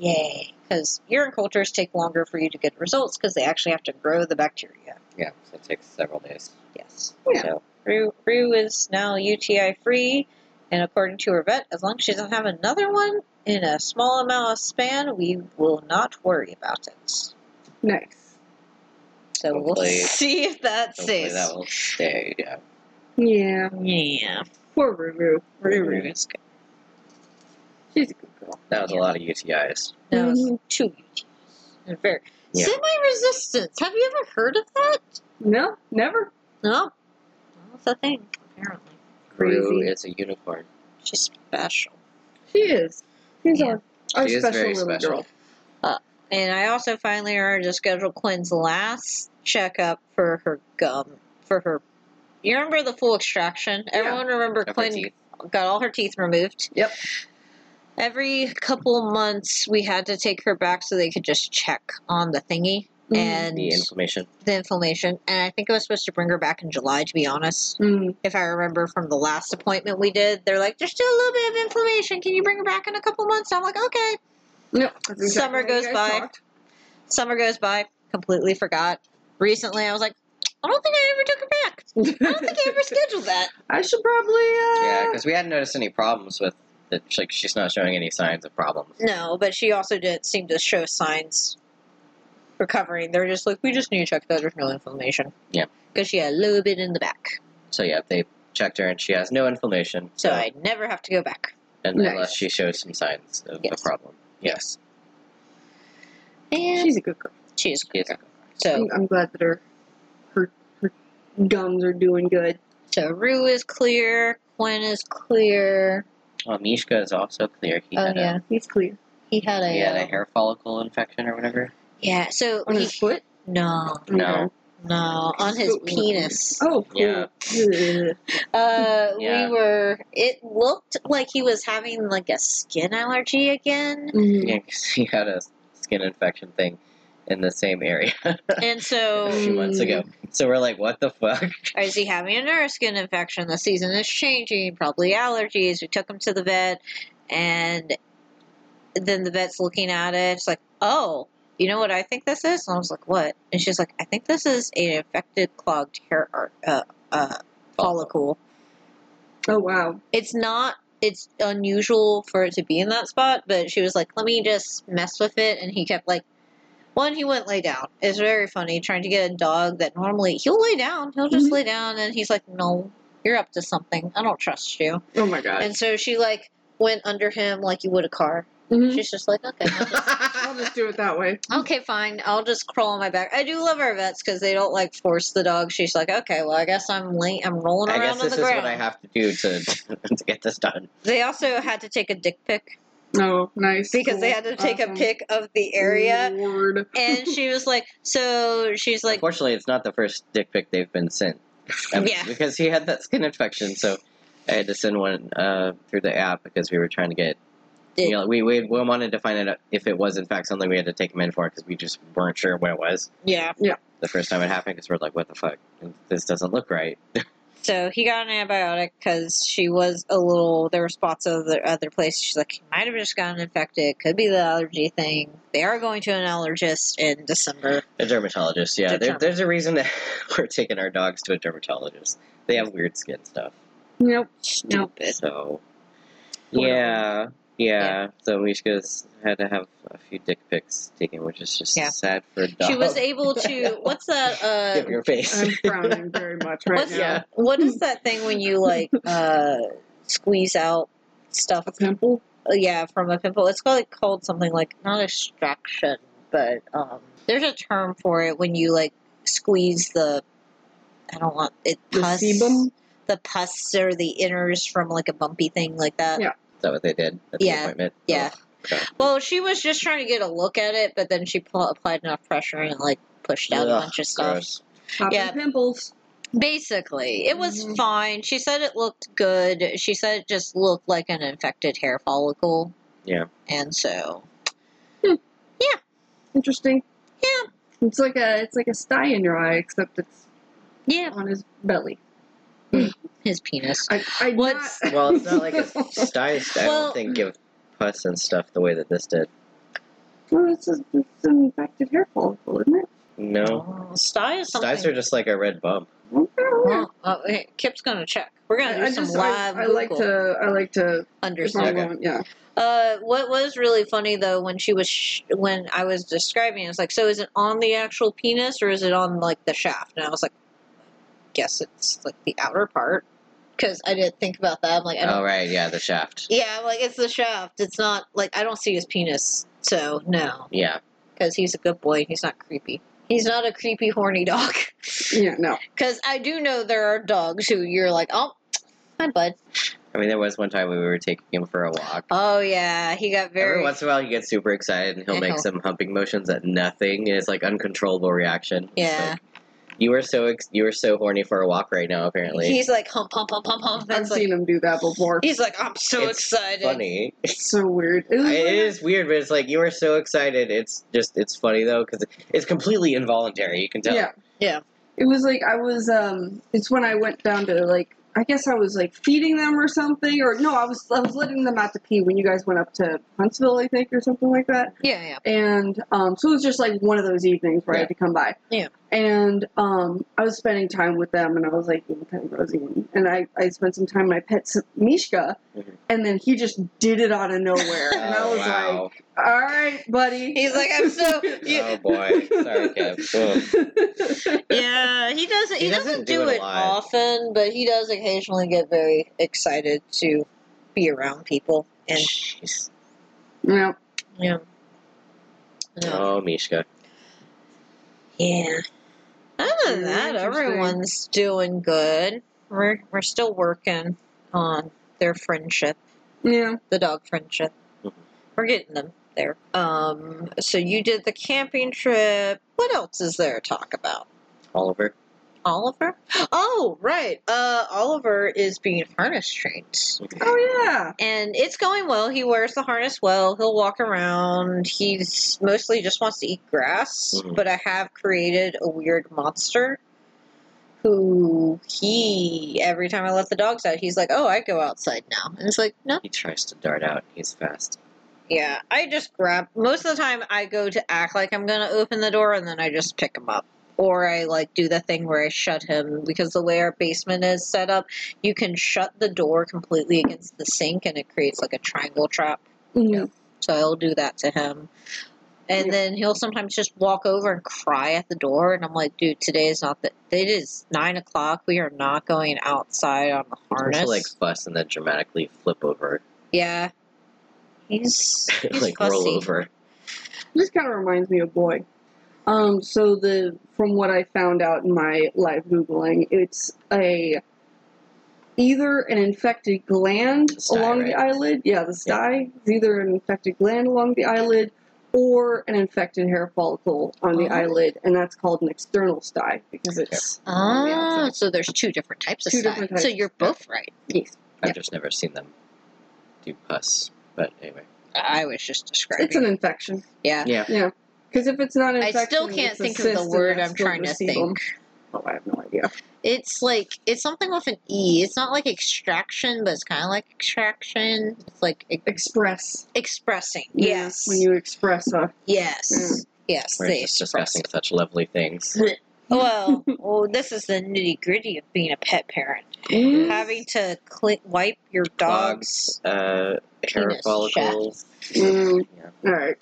Speaker 2: yay because urine cultures take longer for you to get results because they actually have to grow the bacteria.
Speaker 3: yeah, so it takes several days.
Speaker 2: Yes.
Speaker 4: Yeah.
Speaker 3: So
Speaker 2: Rue, Rue is now UTI free, and according to her vet, as long as she doesn't have another one in a small amount of span, we will not worry about it.
Speaker 4: Nice.
Speaker 2: So
Speaker 3: Hopefully-
Speaker 2: we'll see if that
Speaker 3: hopefully
Speaker 2: stays.
Speaker 3: that will stay. Yeah.
Speaker 4: Yeah.
Speaker 2: Yeah.
Speaker 4: Poor Ruru. Ruru.
Speaker 2: Rue's good.
Speaker 4: She's a good girl.
Speaker 3: That was a lot of UTIs.
Speaker 2: No, it's
Speaker 4: Mhm.
Speaker 2: two UTIs. They're Very.
Speaker 3: Mm-hmm. Yeah.
Speaker 2: Semi-resistance. Have you ever heard of that?
Speaker 4: No, never.
Speaker 2: No. That's a thing, apparently.
Speaker 3: Rue
Speaker 4: Crazy.
Speaker 3: is a unicorn.
Speaker 2: She's special.
Speaker 4: She is. She's
Speaker 2: Yeah.
Speaker 4: our, our
Speaker 3: She is
Speaker 4: special
Speaker 3: very
Speaker 4: little
Speaker 3: special.
Speaker 4: girl.
Speaker 2: And I also finally ordered to schedule Quinn's last checkup for her gum, for her. You remember the full extraction? Everyone remember
Speaker 3: Of her
Speaker 2: Quinn
Speaker 3: teeth.
Speaker 2: got all her teeth removed.
Speaker 4: Yep.
Speaker 2: Every couple months, we had to take her back so they could just check on the thingy
Speaker 4: Mm.
Speaker 2: and
Speaker 3: The inflammation.
Speaker 2: the inflammation. And I think I was supposed to bring her back in July, to be honest.
Speaker 4: Mm.
Speaker 2: If I remember from the last appointment we did, they're like, "There's still a little bit of inflammation. Can you bring her back in a couple months?" I'm like, "Okay."
Speaker 4: No, that's exactly
Speaker 2: Summer
Speaker 4: how you
Speaker 2: goes
Speaker 4: guys
Speaker 2: by.
Speaker 4: talked.
Speaker 2: Summer goes by, completely forgot. Recently, I was like, "I don't think I ever took her back. I don't think I ever scheduled that."
Speaker 4: I should probably. Uh,
Speaker 3: Yeah,
Speaker 2: Ah.
Speaker 3: because we hadn't noticed any problems with the like. She's not showing any signs of problems.
Speaker 2: No, but she also didn't seem to show signs recovering. They're just like, "We just need to check that there's no inflammation."
Speaker 3: Yeah.
Speaker 2: because she had a little bit in the back,
Speaker 3: So yeah, they checked her and she has no inflammation.
Speaker 2: so I never have to go back.
Speaker 3: and
Speaker 4: Nice.
Speaker 3: unless she shows some signs of
Speaker 2: Yes.
Speaker 3: a problem. Yes.
Speaker 2: And
Speaker 4: She's a good girl.
Speaker 2: she's
Speaker 3: She is a
Speaker 2: so
Speaker 4: I'm, I'm glad that her, her her gums are doing good.
Speaker 2: So Rue is clear. Quinn is clear.
Speaker 3: Well, Oh, Mishka is also clear. He
Speaker 2: oh
Speaker 3: had
Speaker 2: yeah,
Speaker 4: He's clear
Speaker 2: he had
Speaker 3: a
Speaker 2: a
Speaker 3: he had a
Speaker 2: um,
Speaker 3: hair follicle infection or whatever.
Speaker 2: yeah. So
Speaker 4: on
Speaker 2: he,
Speaker 4: his foot.
Speaker 2: no,
Speaker 3: No.
Speaker 2: no, on his
Speaker 4: Foot.
Speaker 2: penis.
Speaker 4: Oh, cool. Mm-hmm.
Speaker 3: Yeah.
Speaker 4: Ugh.
Speaker 2: Uh,
Speaker 3: Yeah.
Speaker 2: we were. It looked like he was having like a skin allergy again,
Speaker 4: Mm.
Speaker 3: Yeah, 'cause he had a skin infection thing in the same area
Speaker 2: and
Speaker 3: a
Speaker 2: so
Speaker 3: few months ago. So we're like, what the fuck?
Speaker 2: is he having another skin infection? The season is changing, probably allergies. We took him to the vet, and then the vet's looking at it. It's like, oh, you know what I think this is? And I was like, what? And she's like, I think this is an infected, clogged hair ar- uh, uh, follicle.
Speaker 4: Oh wow.
Speaker 2: It's not. It's unusual for it to be in that spot, but she was like, "Let me just mess with it," and he kept like, one, he wouldn't lay down. It's very funny trying to get a dog that normally he'll lay down, he'll just
Speaker 4: Mhm.
Speaker 2: lay down, and he's like, "No, you're up to something. I don't trust you."
Speaker 4: Oh my god.
Speaker 2: And so she like went under him like you would a car.
Speaker 4: Mhm.
Speaker 2: She's just like, "Okay, I'll just
Speaker 4: I'll just do it that way.
Speaker 2: Okay, fine. I'll just crawl on my back. I do love our vets because they don't like force the dog. She's like, okay, well, I guess I'm lay- I'm rolling
Speaker 3: I
Speaker 2: around
Speaker 3: guess
Speaker 2: on
Speaker 3: this
Speaker 2: the
Speaker 3: is
Speaker 2: ground.
Speaker 3: what I have to do to to get this done.
Speaker 2: They also had to take a dick pic
Speaker 4: Oh, nice.
Speaker 2: because they had to take a
Speaker 4: Awesome. Mm-hmm.
Speaker 2: pic of the area.
Speaker 4: Lord.
Speaker 2: And she was like, so she's like,
Speaker 3: Unfortunately, it's not the first dick pic they've been sent. I mean,
Speaker 2: Yeah.
Speaker 3: Because he had that skin infection, so I had to send one uh, through the app because we were trying to get.
Speaker 2: Dick.
Speaker 3: You know, we, we we wanted to find out if it was in fact something we had to take him in for because we just weren't sure what it was
Speaker 2: yeah.
Speaker 3: the first time it happened because we're like, what the fuck, this doesn't look right.
Speaker 2: So he got an antibiotic because she was a little. There were spots of the other place. She's like, he might have just gotten infected. Could be the allergy thing. They are going to an allergist in December.
Speaker 3: A dermatologist, yeah. There,
Speaker 2: Determined.
Speaker 3: there's a reason that we're taking our dogs to a dermatologist. They have weird skin stuff.
Speaker 4: Nope.
Speaker 2: Stupid.
Speaker 3: So,
Speaker 4: Well-
Speaker 3: yeah, yeah.
Speaker 2: Yeah.
Speaker 3: So Mishka's had to have a few dick pics taken, which is just
Speaker 2: Yeah.
Speaker 3: sad for a dog.
Speaker 2: She was able to. What's that? Uh,
Speaker 3: Give your face.
Speaker 4: I'm frowning very much right
Speaker 2: What's-
Speaker 4: now.
Speaker 3: yeah.
Speaker 2: What is that thing when you like uh, squeeze out stuff?
Speaker 4: A pimple.
Speaker 2: uh, Yeah, from a pimple. It's called, like, called something like not extraction, but um, there's a term for it when you like squeeze the. I don't want it.
Speaker 4: The
Speaker 2: Pus,
Speaker 4: sebum.
Speaker 2: the pus or the inners from like a bumpy thing like that.
Speaker 4: Yeah.
Speaker 3: Is that what they did at the
Speaker 2: Yeah,
Speaker 3: appointment?
Speaker 2: yeah.
Speaker 3: Oh, okay.
Speaker 2: Well, she was just trying to get a look at it, but then she pl- applied enough pressure and it like pushed out a
Speaker 3: Ugh,
Speaker 2: bunch of stuff.
Speaker 3: Gross.
Speaker 4: Popping
Speaker 2: Yeah.
Speaker 4: pimples.
Speaker 2: Basically, it was
Speaker 4: Mhm.
Speaker 2: fine. She said it looked good. She said it just looked like an infected hair follicle.
Speaker 3: Yeah.
Speaker 2: And so,
Speaker 4: Interesting.
Speaker 2: Yeah.
Speaker 4: It's like a it's like a sty in your eye, except it's
Speaker 2: yeah,
Speaker 4: on his belly.
Speaker 2: his penis.
Speaker 4: I, I
Speaker 2: What's-
Speaker 4: not-
Speaker 3: Well, it's not like a sty. I
Speaker 2: Well-
Speaker 3: don't think of pus and stuff the way that this did.
Speaker 4: Well, it's, a, it's an infected hair follicle, isn't it?
Speaker 3: No.
Speaker 2: Oh, sty is something.
Speaker 3: Styes are just like a red bump.
Speaker 4: Okay.
Speaker 2: Oh, oh, hey, Kip's gonna check. We're gonna do
Speaker 4: I, I
Speaker 2: some
Speaker 4: just
Speaker 2: live
Speaker 4: I, I like
Speaker 2: Google
Speaker 4: to I like to if I'm
Speaker 2: understanding.
Speaker 3: Okay.
Speaker 4: going- yeah.
Speaker 2: Uh, what was really funny though when she was sh- when I was describing, it, I was like, "So is it on the actual penis or is it on like the shaft?" And I was like, "Guess it's like the outer part," because I didn't think about that. I'm like, I don't.
Speaker 3: Oh right, yeah, the shaft.
Speaker 2: Yeah, I'm like it's the shaft. It's not like I don't see his penis, so no,
Speaker 3: Yeah.
Speaker 2: because he's a good boy. He's not creepy. He's not a creepy horny dog.
Speaker 4: Yeah, no.
Speaker 2: Because I do know there are dogs who you're like, oh, hi bud.
Speaker 3: I mean, there was one time we were taking him for a walk.
Speaker 2: Oh yeah, he got
Speaker 3: Every
Speaker 2: very.
Speaker 3: once in a while, he gets super excited and he'll make
Speaker 2: Ew.
Speaker 3: some humping motions at nothing, and it's like uncontrollable reaction. It's
Speaker 2: Yeah.
Speaker 3: like, you were so ex- you were so horny for a walk right now. Apparently,
Speaker 2: He's like hump hump hump hump hump.
Speaker 4: I've
Speaker 2: It's like,
Speaker 4: seen him do that before.
Speaker 2: He's like, I'm so
Speaker 3: It's
Speaker 2: excited.
Speaker 3: funny.
Speaker 4: It's so weird. It was
Speaker 3: It
Speaker 4: like-
Speaker 3: is weird, but it's like you are so excited. It's just it's funny though because it's completely involuntary. You can tell.
Speaker 4: Yeah.
Speaker 2: Yeah.
Speaker 4: It was like I was um it's when I went down to like I guess I was like feeding them or something or no, I was I was letting them out to pee when you guys went up to Huntsville, I think, or something like that.
Speaker 2: Yeah, yeah.
Speaker 4: And um so it was just like one of those evenings where I had to come by.
Speaker 2: Yeah.
Speaker 4: And um I was spending time with them and I was like eating petting Rosie and, and I, I spent some time with my pet S- Mishka
Speaker 3: Mhm.
Speaker 4: and then he just did it out of nowhere. and I
Speaker 3: Oh,
Speaker 4: was
Speaker 3: wow.
Speaker 4: like, All right, buddy.
Speaker 2: He's like, I'm so. you-
Speaker 3: oh boy. Sorry, Kev. Ugh.
Speaker 2: yeah, he doesn't. He,
Speaker 3: Um, He
Speaker 2: doesn't,
Speaker 3: doesn't do
Speaker 2: do
Speaker 3: it a
Speaker 2: it
Speaker 3: lot.
Speaker 2: often, but he does occasionally get very excited to be around people. And
Speaker 3: Jeez.
Speaker 4: yeah.
Speaker 2: yeah, No.
Speaker 3: Oh, Mishka.
Speaker 2: yeah. Other than
Speaker 4: Very
Speaker 2: that,
Speaker 4: interesting.
Speaker 2: everyone's doing good. We're we're still working on their friendship,
Speaker 4: Yeah.
Speaker 2: the dog friendship.
Speaker 3: Mhm.
Speaker 2: We're getting them there. Um. So you did the camping trip. What else is there to talk about?
Speaker 3: Oliver.
Speaker 2: Oliver? Oh, right. Uh, Oliver is being harness trained.
Speaker 4: Oh yeah.
Speaker 2: And it's going well. He wears the harness well. He'll walk around. He's mostly just wants to eat grass.
Speaker 3: Mhm.
Speaker 2: But I have created a weird monster who he, every time I let the dogs out, he's like, oh, I go outside now. And it's like, no,
Speaker 3: He tries to dart out. He's fast.
Speaker 2: yeah. I just grab, most of the time I go to act like I'm going to open the door and then I just pick him up. Or I like do the thing where I shut him because the way our basement is set up, you can shut the door completely against the sink and it creates like a triangle trap.
Speaker 4: Yeah.
Speaker 2: So I'll do that to him. And
Speaker 4: Yeah.
Speaker 2: then he'll sometimes just walk over and cry at the door. And I'm like, dude, today is not that. It is nine o'clock. We are not going outside on the
Speaker 3: He's supposed
Speaker 2: harness.
Speaker 3: to, like fuss and then dramatically flip over,
Speaker 2: yeah. He's, he's
Speaker 3: like
Speaker 2: fussy.
Speaker 3: roll over.
Speaker 4: This kind of reminds me of boy. Um, so the from what I found out in my live googling, it's a either an infected gland
Speaker 3: Sty,
Speaker 4: along the eyelid, yeah, the sty is either an infected gland along the eyelid or an infected hair follicle on the
Speaker 2: Oh.
Speaker 4: eyelid, and that's called an external sty because it's on the
Speaker 2: Ah,
Speaker 4: outside.
Speaker 2: so there's two different types of
Speaker 4: Two
Speaker 2: sty.
Speaker 4: different
Speaker 2: So
Speaker 4: types.
Speaker 2: you're both right.
Speaker 4: Yes.
Speaker 2: Yeah.
Speaker 3: I've just never seen them do pus. But anyway,
Speaker 2: I was just describing.
Speaker 4: It's an infection.
Speaker 2: yeah.
Speaker 3: yeah.
Speaker 4: Yeah. Because if it's not an
Speaker 2: I
Speaker 4: infection,
Speaker 2: still can't
Speaker 4: it's a
Speaker 2: think of the
Speaker 4: cyst, and
Speaker 2: word
Speaker 4: that's
Speaker 2: I'm
Speaker 4: still
Speaker 2: trying to
Speaker 4: sebum.
Speaker 2: think.
Speaker 4: Oh, I have no idea.
Speaker 2: It's like it's something with an e. It's not like extraction, but it's kind of like extraction. It's like ex-
Speaker 4: Express.
Speaker 2: expressing.
Speaker 4: Yeah,
Speaker 2: Yes.
Speaker 4: Mm. When you Mm. express a
Speaker 2: yes. Yes.
Speaker 3: We're
Speaker 2: they
Speaker 3: just
Speaker 2: express
Speaker 3: discussing
Speaker 2: it.
Speaker 3: such lovely things.
Speaker 2: Well, well, this is the nitty gritty of being a pet parent.
Speaker 4: Mm.
Speaker 2: Having to cl- wipe your dog's.
Speaker 3: uh, hair
Speaker 2: Penis
Speaker 3: follicles.
Speaker 4: Mm.
Speaker 3: Yeah.
Speaker 4: All right.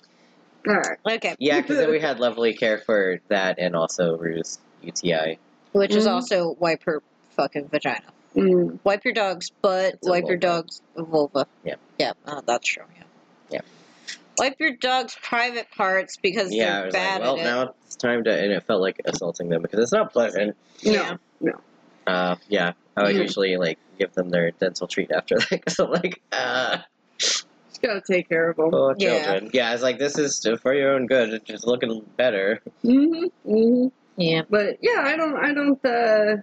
Speaker 4: All right.
Speaker 2: Okay,
Speaker 3: Yeah, because then we had lovely care for that and also Rue's UTI.
Speaker 2: which is
Speaker 4: Mhm.
Speaker 2: also wipe her fucking vagina.
Speaker 4: Mm.
Speaker 2: Wipe your dog's butt.
Speaker 3: It's a
Speaker 2: wipe your
Speaker 3: vulva.
Speaker 2: dog's vulva. uh,
Speaker 3: Yeah.
Speaker 2: Yeah. Oh, that's true. Yeah.
Speaker 3: Yeah.
Speaker 2: Wipe your dog's private parts because
Speaker 3: yeah, I
Speaker 2: they're
Speaker 3: was
Speaker 2: bad
Speaker 3: like, well,
Speaker 2: at it.
Speaker 3: now it's time to, and it felt like assaulting them because it's not pleasant.
Speaker 4: No.
Speaker 2: Yeah.
Speaker 3: Uh, yeah, I would
Speaker 4: Mm.
Speaker 3: usually like give them their dental treat after that because I'm like, uh,
Speaker 4: Just gotta take care of them.
Speaker 3: poor
Speaker 2: Yeah.
Speaker 3: children. Yeah. I was like, this is for your own good. It's just looking better.
Speaker 4: Mm-hmm. Mm-hmm.
Speaker 2: Yeah.
Speaker 4: But yeah, I don't, I don't, uh,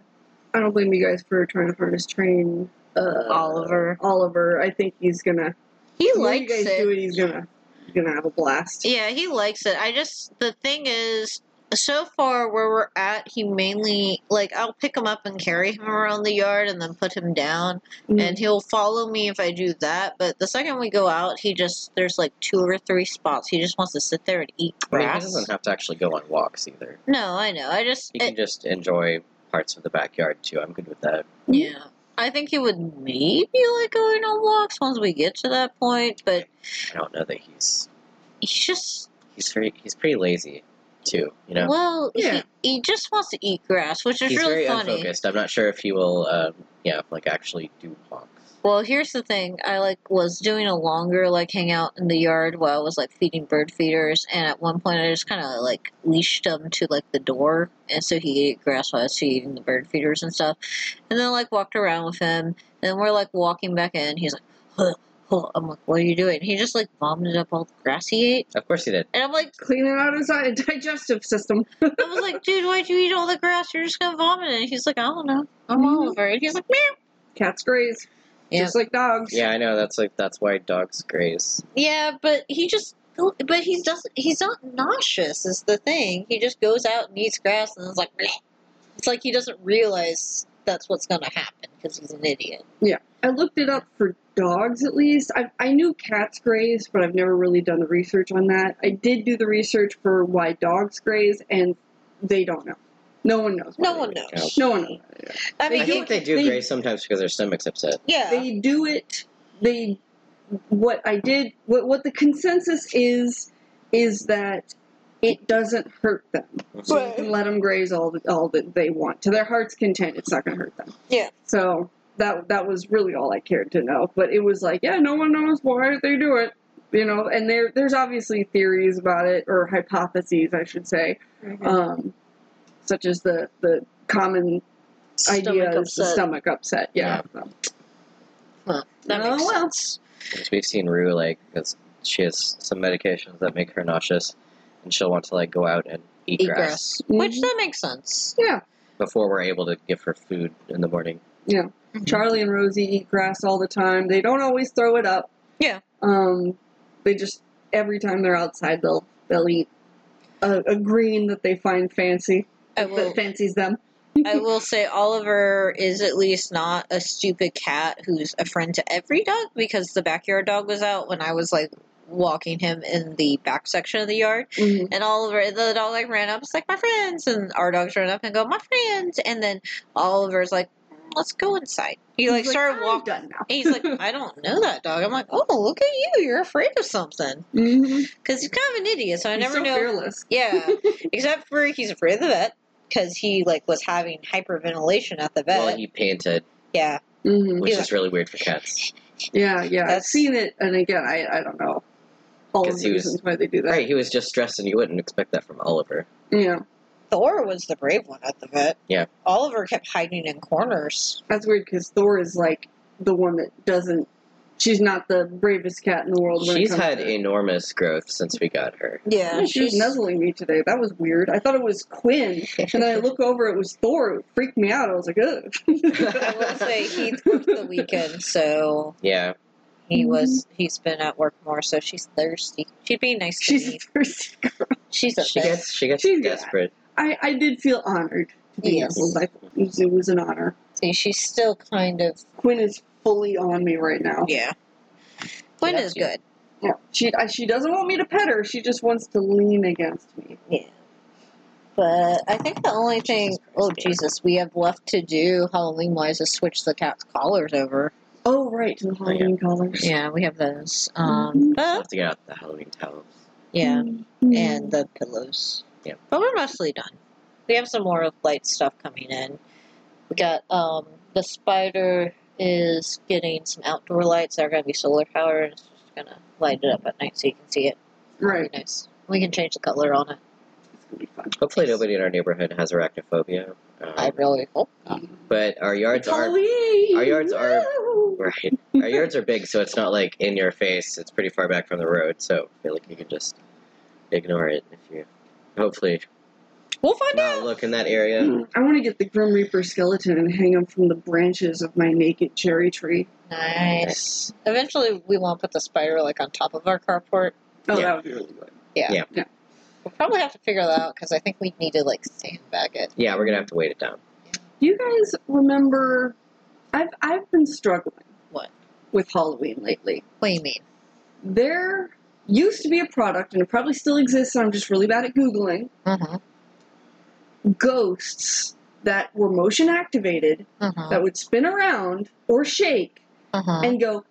Speaker 4: I don't blame you guys for trying to harness train uh,
Speaker 2: Oliver.
Speaker 4: Oliver, I think he's gonna.
Speaker 2: He
Speaker 4: when
Speaker 2: likes
Speaker 4: you guys
Speaker 2: it.
Speaker 4: do it. He's gonna, he's gonna have a blast.
Speaker 2: Yeah, he likes it. I just the thing is so far where we're at, he mainly like I'll pick him up and carry him around the yard and then put him down
Speaker 4: Mm.
Speaker 2: and he'll follow me if I do that, but the second we go out, he just there's like two or three spots. He just wants to sit there and eat
Speaker 3: I mean, he
Speaker 2: grass.
Speaker 3: doesn't have to actually go on walks either.
Speaker 2: no, I know. I just
Speaker 3: He
Speaker 2: it-
Speaker 3: can just enjoy parts of the backyard too. I'm good with that.
Speaker 2: Yeah. I think he would maybe like going on walks once we get to that point, but
Speaker 3: I don't know that he's
Speaker 2: he's just
Speaker 3: he's very, he's pretty lazy too. You know,
Speaker 2: well,
Speaker 4: Yeah.
Speaker 2: he, he just wants to eat grass, which is
Speaker 3: he's
Speaker 2: really
Speaker 3: very
Speaker 2: funny.
Speaker 3: unfocused. I'm not sure if he will, um, yeah, like actually do walks.
Speaker 2: Well, here's the thing. I like was doing a longer like hangout in the yard while I was like feeding bird feeders, and at one point I just kind of like leashed him to like the door, and so he ate grass while I was feeding the bird feeders and stuff, and then like walked around with him, and then we're like walking back in. He's like, huh, huh. I'm like, what are you doing? He just like vomited up all the grass he ate,
Speaker 3: Of course he did.
Speaker 2: and I'm like,
Speaker 4: Cleaning out his di- digestive system.
Speaker 2: I was like, dude, why'd you eat all the grass? You're just gonna vomit. And he's like, I don't know. I'm
Speaker 4: Mhm.
Speaker 2: Oliver, and he's like, meow.
Speaker 4: Cats graze,
Speaker 2: Yeah.
Speaker 4: just like dogs.
Speaker 3: Yeah, I know. That's like that's why dogs graze.
Speaker 2: Yeah, but he just but he doesn't he's not nauseous is the thing. He just goes out and eats grass and is like Bleh. It's like he doesn't realize that's what's going to happen because he's an idiot.
Speaker 4: I looked it up for dogs at least. I, I knew cats graze, but I've never really done the research on that. I did do the research for why dogs graze, and they don't know. No one knows.
Speaker 2: No
Speaker 4: why
Speaker 2: one
Speaker 4: they graze.
Speaker 2: knows.
Speaker 4: No one knows.
Speaker 2: I mean,
Speaker 3: I think they do
Speaker 4: they-
Speaker 3: graze sometimes because their stomach's upset.
Speaker 2: yeah.
Speaker 4: They do it. They what I did. What what the consensus is is that it doesn't hurt them.
Speaker 3: Mm-hmm.
Speaker 4: So you can let them graze all the, all that they want to their heart's content. It's not going to hurt them.
Speaker 2: Yeah.
Speaker 4: So that that was really all I cared to know. But it was like, yeah, no one knows why they do it. You know, and there there's obviously theories about it or hypotheses, I should say, um, such as the the common idea is the stomach upset. Yeah.
Speaker 2: Huh, that
Speaker 4: Oh,
Speaker 2: makes
Speaker 4: well.
Speaker 2: sense.
Speaker 3: Because we've seen Rue like because she has some medications that make her nauseous, and she'll want to like go out and eat,
Speaker 2: Eat
Speaker 3: grass,
Speaker 2: grass,
Speaker 4: Mhm.
Speaker 2: which that makes sense.
Speaker 4: Yeah.
Speaker 3: before we're able to give her food in the morning.
Speaker 4: Charlie and Rosie eat grass all the time. They don't always throw it up.
Speaker 2: Yeah.
Speaker 4: Um, they just every time they're outside, they'll they'll eat a, a green that they find fancy
Speaker 2: I will.
Speaker 4: that fancies them.
Speaker 2: I will say Oliver is at least not a stupid cat who's a friend to every dog because the backyard dog was out when I was like walking him in the back section of the yard.
Speaker 4: Mhm.
Speaker 2: And Oliver, the dog like ran up, it's like my friends, and our dogs ran up and go my friends, and then Oliver's like, "Mm, let's go inside. He like
Speaker 4: He's
Speaker 2: started
Speaker 4: "I'm
Speaker 2: walking.
Speaker 4: done now.
Speaker 2: He's like, I don't know that dog. I'm like, oh look at you, you're afraid of something
Speaker 4: Mhm.
Speaker 2: because he's kind of an idiot. So Mm-hmm. I never
Speaker 4: He's so
Speaker 2: know.
Speaker 4: fearless.
Speaker 2: Yeah, except for he's afraid of the vet because he like was having hyperventilation at the vet.
Speaker 3: Well, he painted,
Speaker 2: yeah,
Speaker 4: Mhm.
Speaker 3: which
Speaker 2: Mm, Yeah.
Speaker 3: is really weird for cats.
Speaker 4: Yeah, yeah. I've
Speaker 2: That's-
Speaker 4: seen it, and again, I I don't know all of
Speaker 3: 'Cause
Speaker 4: the
Speaker 3: he was-
Speaker 4: reasons why they do that.
Speaker 3: Right, he was just stressed, and you wouldn't expect that from Oliver.
Speaker 4: Yeah,
Speaker 2: Thor was the brave one at the vet.
Speaker 3: Yeah.
Speaker 2: Oliver kept hiding in corners.
Speaker 4: that's weird because Thor is like the one that doesn't. She's not the bravest cat in the world. When
Speaker 3: She's
Speaker 4: it comes
Speaker 3: had
Speaker 4: to
Speaker 3: enormous growth since we got her.
Speaker 2: Yeah,
Speaker 4: Yeah, she was nuzzling me today. That was weird. I thought it was Quinn, and then I look over, it was Thor. It freaked me out. I was like, ugh.
Speaker 2: I will say Heath worked the weekend, so
Speaker 3: Yeah,
Speaker 2: he was he's been at work more, so she's thirsty. She'd be nice to
Speaker 4: She's
Speaker 2: me.
Speaker 4: a thirsty.
Speaker 2: She's a
Speaker 3: she
Speaker 2: vet.
Speaker 3: gets she gets
Speaker 4: She's-
Speaker 3: desperate.
Speaker 4: I, I did feel honored to be
Speaker 2: Yes.
Speaker 4: yes. like It was an honor.
Speaker 2: See, she's still kind of
Speaker 4: Quinn is fully on me right now.
Speaker 2: yeah. Quinn
Speaker 3: Yeah,
Speaker 2: is
Speaker 3: she-
Speaker 2: good.
Speaker 4: Yeah. She I, she doesn't want me to pet her. She just wants to lean against me.
Speaker 2: But I think the only thing
Speaker 3: Jesus Christ,
Speaker 2: oh
Speaker 3: yeah.
Speaker 2: Jesus, we have left to do Halloween wise is switch the cat's collars over.
Speaker 4: Oh right, to the Halloween colors.
Speaker 2: Yeah, we have those. Um
Speaker 4: Mhm.
Speaker 2: but-
Speaker 3: We'll have to get out the Halloween towels.
Speaker 2: yeah.
Speaker 4: Mhm.
Speaker 2: And the pillows.
Speaker 3: Yeah.
Speaker 2: But we're mostly done. We have some more light stuff coming in. We got um the spider is getting some outdoor lights that are gonna be solar powered. It's just gonna light it up at night so you can see it.
Speaker 4: Right.
Speaker 2: Nice. We can change the color on it.
Speaker 4: It's gonna be fun.
Speaker 3: Hopefully, nobody in our neighborhood has arachnophobia. Um,
Speaker 2: I really hope.
Speaker 3: but our Um, yards
Speaker 4: It's
Speaker 3: are
Speaker 4: Halloween.
Speaker 3: our yards are-
Speaker 4: Woo!
Speaker 3: right. Our yards are big, so it's not like in your face. It's pretty far back from the road, so I feel like you can just ignore it if you. Hopefully,
Speaker 2: We'll find
Speaker 3: not
Speaker 2: out.
Speaker 3: look in that area.
Speaker 4: I want to get the Grim Reaper skeleton and hang him from the branches of my naked cherry tree.
Speaker 2: Nice. Eventually, we won't put the spider like on top of our carport.
Speaker 4: Oh,
Speaker 3: Yeah.
Speaker 4: that would be really good.
Speaker 2: We'll probably have to figure that out because I think we need to like sandbag it.
Speaker 3: Yeah, we're gonna have to wait it down.
Speaker 4: Do you guys remember? I've I've been struggling.
Speaker 2: What?
Speaker 4: With Halloween lately.
Speaker 2: What do you mean?
Speaker 4: There used to be a product, and it probably still exists. And I'm just really bad at googling
Speaker 2: Uh-huh.
Speaker 4: ghosts that were motion activated
Speaker 2: Uh-huh.
Speaker 4: that would spin around or shake
Speaker 2: Uh-huh.
Speaker 4: and go.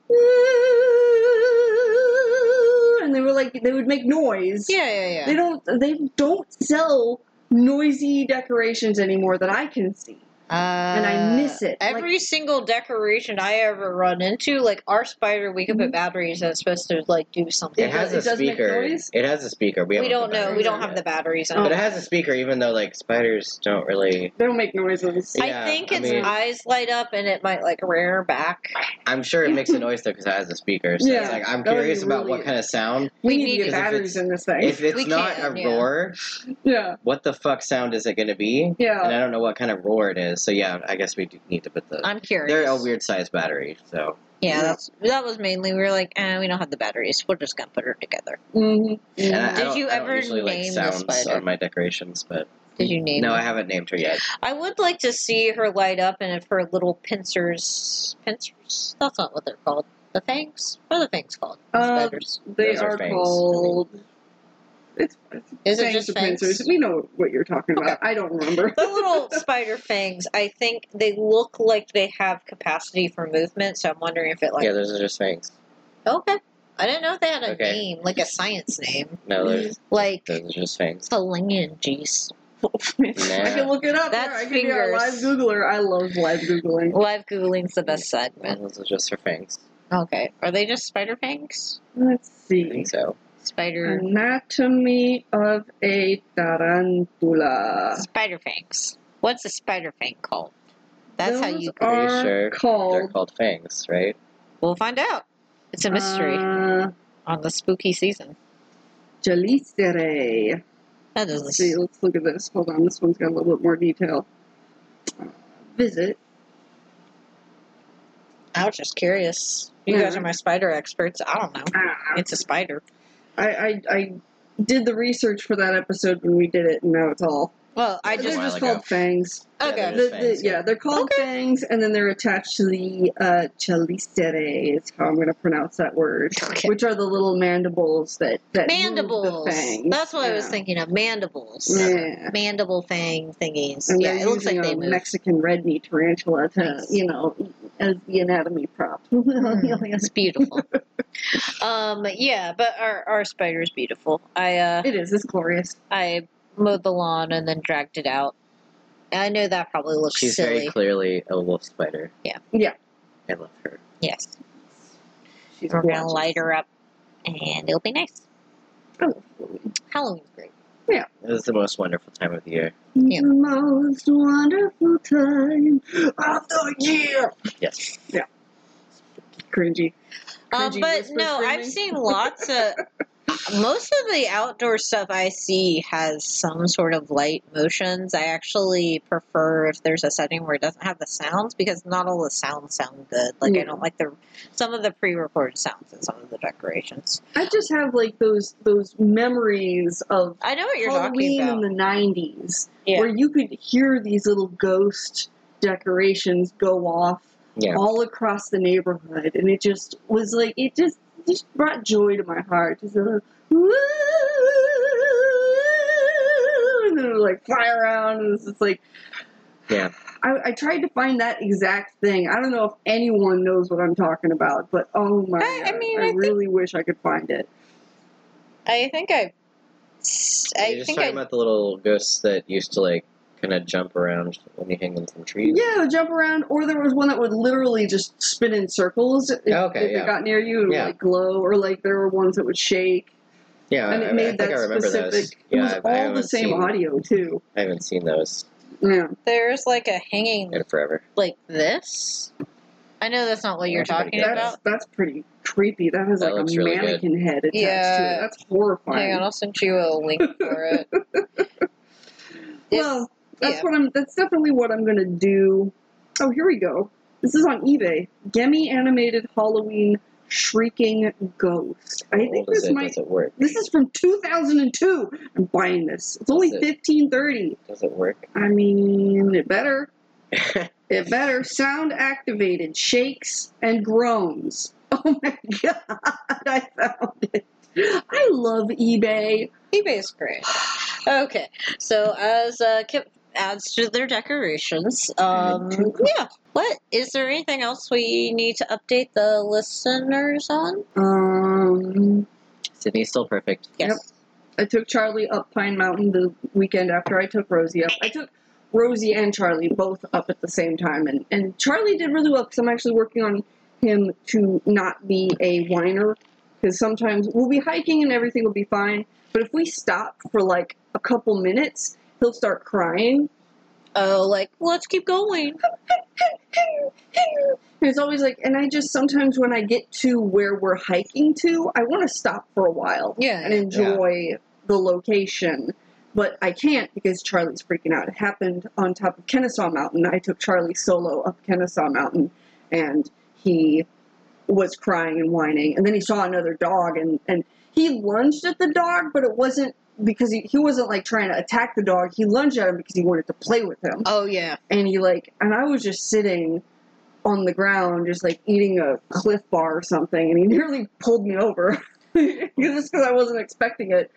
Speaker 4: "Ooh," And they were like they would make noise.
Speaker 2: yeah, yeah, yeah.
Speaker 4: They don't they don't sell noisy decorations anymore that I can see.
Speaker 2: and
Speaker 4: I miss it.
Speaker 2: Uh, Every single decoration I ever run into, like our spider, we can put batteries that's supposed to like do something.
Speaker 3: It has
Speaker 4: does-
Speaker 3: a
Speaker 4: it does make
Speaker 3: speaker.
Speaker 4: noise?
Speaker 3: It has a speaker.
Speaker 2: we
Speaker 3: We, haven't
Speaker 2: don't
Speaker 3: put
Speaker 2: know.
Speaker 3: that
Speaker 2: We
Speaker 3: in
Speaker 2: don't
Speaker 3: yet.
Speaker 2: have the batteries. In
Speaker 4: Oh.
Speaker 2: it.
Speaker 3: But it has a speaker, even though like spiders don't really.
Speaker 4: They don't make noises.
Speaker 2: I
Speaker 3: Yeah,
Speaker 2: think
Speaker 3: I
Speaker 2: its
Speaker 3: mean-
Speaker 2: eyes light up and it might like rear back.
Speaker 3: I'm sure it makes a noise though because it has a speaker. So
Speaker 4: Yeah,
Speaker 3: it's like I'm
Speaker 4: that would be
Speaker 3: curious about
Speaker 4: really-
Speaker 3: what kind of sound.
Speaker 4: We
Speaker 2: We
Speaker 4: need to
Speaker 2: need
Speaker 4: get
Speaker 3: to- 'Cause if
Speaker 4: batteries
Speaker 3: it's-
Speaker 4: in this thing.
Speaker 3: If it's
Speaker 2: We
Speaker 3: not
Speaker 2: can,
Speaker 3: a
Speaker 2: yeah.
Speaker 3: roar,
Speaker 4: yeah.
Speaker 3: what the fuck sound is it going to be? And
Speaker 4: Yeah.
Speaker 3: I don't know what kind of roar it is. So yeah, I guess we do need to put the.
Speaker 2: I'm curious.
Speaker 3: They're a weird size battery, so
Speaker 2: Yeah, that's that was mainly we were like, eh, we don't have the batteries. We're just gonna put her together.
Speaker 4: Mhm.
Speaker 3: and I, I
Speaker 2: Did
Speaker 3: don't-
Speaker 2: you
Speaker 3: I don't
Speaker 2: ever
Speaker 3: usually like
Speaker 2: name the
Speaker 3: sounds
Speaker 2: spider?
Speaker 3: on my decorations, but
Speaker 2: Did you name?
Speaker 3: no, I
Speaker 2: her?
Speaker 3: haven't named her yet.
Speaker 2: I would like to see her light up and if her little pincers, pincers. That's not what they're called. The fangs. What are the fangs called?
Speaker 4: Um,
Speaker 2: Spiders.
Speaker 4: They
Speaker 3: Those are
Speaker 4: are,
Speaker 3: fangs.
Speaker 4: called. It's, it's
Speaker 2: Is it
Speaker 4: fangs
Speaker 2: just
Speaker 4: or
Speaker 2: fangs?
Speaker 4: pincers. We know what you're talking about. I don't remember.
Speaker 2: the little spider fangs. I think they look like they have capacity for movement. So I'm wondering if it like.
Speaker 3: yeah, those are just fangs.
Speaker 2: Okay. I didn't know if they had a
Speaker 3: Okay.
Speaker 2: name, like a science name,
Speaker 3: No, those,
Speaker 2: like
Speaker 3: those are just fangs.
Speaker 2: phalanges.
Speaker 4: I can look it up.
Speaker 2: That's
Speaker 4: I can be our live
Speaker 2: fingers.
Speaker 4: Googler. I love live Googling.
Speaker 2: Live googling's the best segment.
Speaker 3: Those are just her fangs.
Speaker 2: Okay, are they just spider fangs?
Speaker 4: Let's
Speaker 3: I
Speaker 4: see.
Speaker 3: think so.
Speaker 2: Spider
Speaker 4: Anatomy of a tarantula.
Speaker 2: spider fangs. What's a spider fang called? That's how
Speaker 4: Those
Speaker 2: you.
Speaker 3: Are you
Speaker 4: are
Speaker 3: sure? They're
Speaker 4: called.
Speaker 3: called fangs, right?
Speaker 2: We'll find out. It's a mystery
Speaker 4: Uh,
Speaker 2: on the spooky season.
Speaker 4: Jalicerae.
Speaker 2: That
Speaker 4: Let's see,
Speaker 2: is
Speaker 4: let's look at this. Hold on, this one's got a little bit more detail. Visit.
Speaker 2: I was just curious. You
Speaker 4: Yeah.
Speaker 2: guys are my spider experts. I don't know.
Speaker 4: Ah,
Speaker 2: It's a spider.
Speaker 4: I, I, I did the research for that episode when we did it, and now it's all.
Speaker 2: Well, I
Speaker 3: They're
Speaker 2: just
Speaker 4: they're
Speaker 3: While
Speaker 4: just
Speaker 3: ago.
Speaker 4: called fangs.
Speaker 3: Yeah,
Speaker 2: okay.
Speaker 3: They're
Speaker 4: The,
Speaker 3: just
Speaker 4: the,
Speaker 3: fangs, yeah.
Speaker 4: yeah, they're called fangs, and then they're attached to the uh, chelicerae, is how I'm going to pronounce that word,
Speaker 2: Okay.
Speaker 4: which are the little mandibles that, that move
Speaker 2: Mandibles.
Speaker 4: the fangs.
Speaker 2: That's what I was
Speaker 4: Yeah.
Speaker 2: thinking of. Mandibles.
Speaker 4: Yeah.
Speaker 2: Mandible fang thingies.
Speaker 4: And
Speaker 2: yeah,
Speaker 4: they're
Speaker 2: it looks like
Speaker 4: using
Speaker 2: they
Speaker 4: a
Speaker 2: move.
Speaker 4: Mexican red knee tarantula to,
Speaker 2: Nice.
Speaker 4: you know, as the anatomy prop.
Speaker 2: Mm, it's beautiful. um, yeah, but our our spider is beautiful. I uh,
Speaker 4: It is. It's glorious.
Speaker 2: I mowed the lawn and then dragged it out. I know that probably looks
Speaker 3: She's
Speaker 2: silly.
Speaker 3: very clearly a wolf spider.
Speaker 2: Yeah.
Speaker 4: Yeah.
Speaker 3: I love her.
Speaker 2: Yes,
Speaker 4: She's
Speaker 2: we're gonna
Speaker 4: gorgeous.
Speaker 2: light her up, and it'll be nice.
Speaker 4: Absolutely.
Speaker 2: Halloween's great.
Speaker 3: This is the most wonderful time of the year.
Speaker 2: Yeah.
Speaker 4: The most wonderful time of the year.
Speaker 3: Yes.
Speaker 4: Cringy.
Speaker 2: Um,
Speaker 4: Cringy
Speaker 2: but
Speaker 4: whisper
Speaker 2: no, I've
Speaker 4: screaming.
Speaker 2: seen lots of. Most of the outdoor stuff I see has some sort of light motions. I actually prefer if there's a setting where it doesn't have the sounds because not all the sounds sound good. Like I
Speaker 4: Yeah.
Speaker 2: don't like the some of the pre-recorded sounds and some of the decorations.
Speaker 4: I just have like those those memories of
Speaker 2: I know what you're
Speaker 4: Halloween
Speaker 2: talking
Speaker 4: in
Speaker 2: about.
Speaker 4: the nineties,
Speaker 2: Yeah.
Speaker 4: where you could hear these little ghost decorations go off
Speaker 3: Yeah.
Speaker 4: all across the neighborhood, and it just was like it just just brought joy to my heart. Just a little, "Woo!" and then it would like fly around, and it's just like
Speaker 3: Yeah.
Speaker 4: I, I tried to find that exact thing. I don't know if anyone knows what I'm talking about, but oh my!
Speaker 2: I- I
Speaker 4: God,
Speaker 2: mean,
Speaker 4: I,
Speaker 2: I think-
Speaker 4: really wish I could find it.
Speaker 2: I think I. I
Speaker 3: You're just
Speaker 2: think
Speaker 3: talking
Speaker 2: I.
Speaker 3: about the little ghosts that used to like kind of jump around when you hang them from trees.
Speaker 4: Yeah, it would jump around, or there was one that would literally just spin in circles if,
Speaker 3: Okay,
Speaker 4: if
Speaker 3: yeah.
Speaker 4: it got near you and
Speaker 3: Yeah.
Speaker 4: like glow, or like there were ones that would shake.
Speaker 3: Yeah,
Speaker 4: and it
Speaker 3: I, mean, Uh, I
Speaker 4: made
Speaker 3: think I
Speaker 4: that
Speaker 3: remember
Speaker 4: specific.
Speaker 3: those.
Speaker 4: It
Speaker 3: Yeah,
Speaker 4: was
Speaker 3: I- I
Speaker 4: all the
Speaker 3: haven't
Speaker 4: same
Speaker 3: seen-
Speaker 4: audio too.
Speaker 3: I haven't seen those
Speaker 4: Yeah,
Speaker 2: There's like a hanging
Speaker 3: in forever.
Speaker 2: like this. I know that's not what you're
Speaker 3: That's pretty
Speaker 2: talking
Speaker 3: good.
Speaker 4: that's
Speaker 2: about.
Speaker 4: that's pretty creepy. That has
Speaker 3: That
Speaker 4: like a
Speaker 3: looks really good.
Speaker 4: mannequin head attached to
Speaker 2: Yeah.
Speaker 4: it. That's
Speaker 2: Hang on,
Speaker 4: horrifying.
Speaker 2: I'll send you a link for it. It's-
Speaker 4: well, that's
Speaker 2: yeah.
Speaker 4: what I'm. That's definitely what I'm gonna do. Oh, here we go. This is on eBay. Gemi animated Halloween shrieking ghost. I
Speaker 3: How
Speaker 4: think
Speaker 3: old is
Speaker 4: this
Speaker 3: it?
Speaker 4: might.
Speaker 3: Does it work?
Speaker 4: This is from 2002. I'm buying this. It's only
Speaker 3: Is it-
Speaker 4: 1530.
Speaker 3: Does it work?
Speaker 4: I mean, it better. It better. Sound activated, shakes and groans. Oh my god, I found it. I love eBay.
Speaker 2: eBay's great. Okay, so as uh, Kip adds to their decorations, um,
Speaker 4: Add to-
Speaker 2: yeah. What is there anything else we need to update the listeners on?
Speaker 4: Um,
Speaker 3: Sydney's still perfect.
Speaker 2: Yes.
Speaker 4: Yep. I took Charlie up Pine Mountain the weekend after I took Rosie up. I took Rosie and Charlie both up at the same time, and, and Charlie did really well because I'm actually working on him to not be a whiner. Because sometimes we'll be hiking and everything will be fine, but if we stop for like a couple minutes, he'll start crying.
Speaker 2: Oh, like let's keep going.
Speaker 4: And It's always like, and I just sometimes when I get to where we're hiking to, I want to stop for a while. and
Speaker 2: Yeah.
Speaker 4: enjoy the location. But I can't because Charlie's freaking out. It happened on top of Kennesaw Mountain. I took Charlie solo up Kennesaw Mountain and he was crying and whining. And then he saw another dog and, and he lunged at the dog, but it wasn't because he, he wasn't like trying to attack the dog. He lunged at him because he wanted to play with him
Speaker 2: Oh yeah.
Speaker 4: and he like and I was just sitting on the ground just like eating a cliff bar or something and he nearly pulled me over just because I wasn't expecting it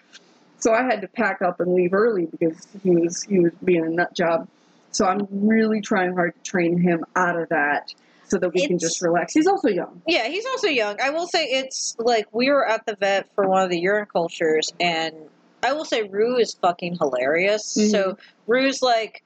Speaker 4: so I had to pack up and leave early because he was he was being a nut job so I'm really trying hard to train him out of that so that we can
Speaker 2: It's-
Speaker 4: just relax he's also young
Speaker 2: Yeah, he's also young. I will say it's like we were at the vet for one of the urine cultures, and I will say Rue is fucking hilarious.
Speaker 4: Mhm.
Speaker 2: So Rue's like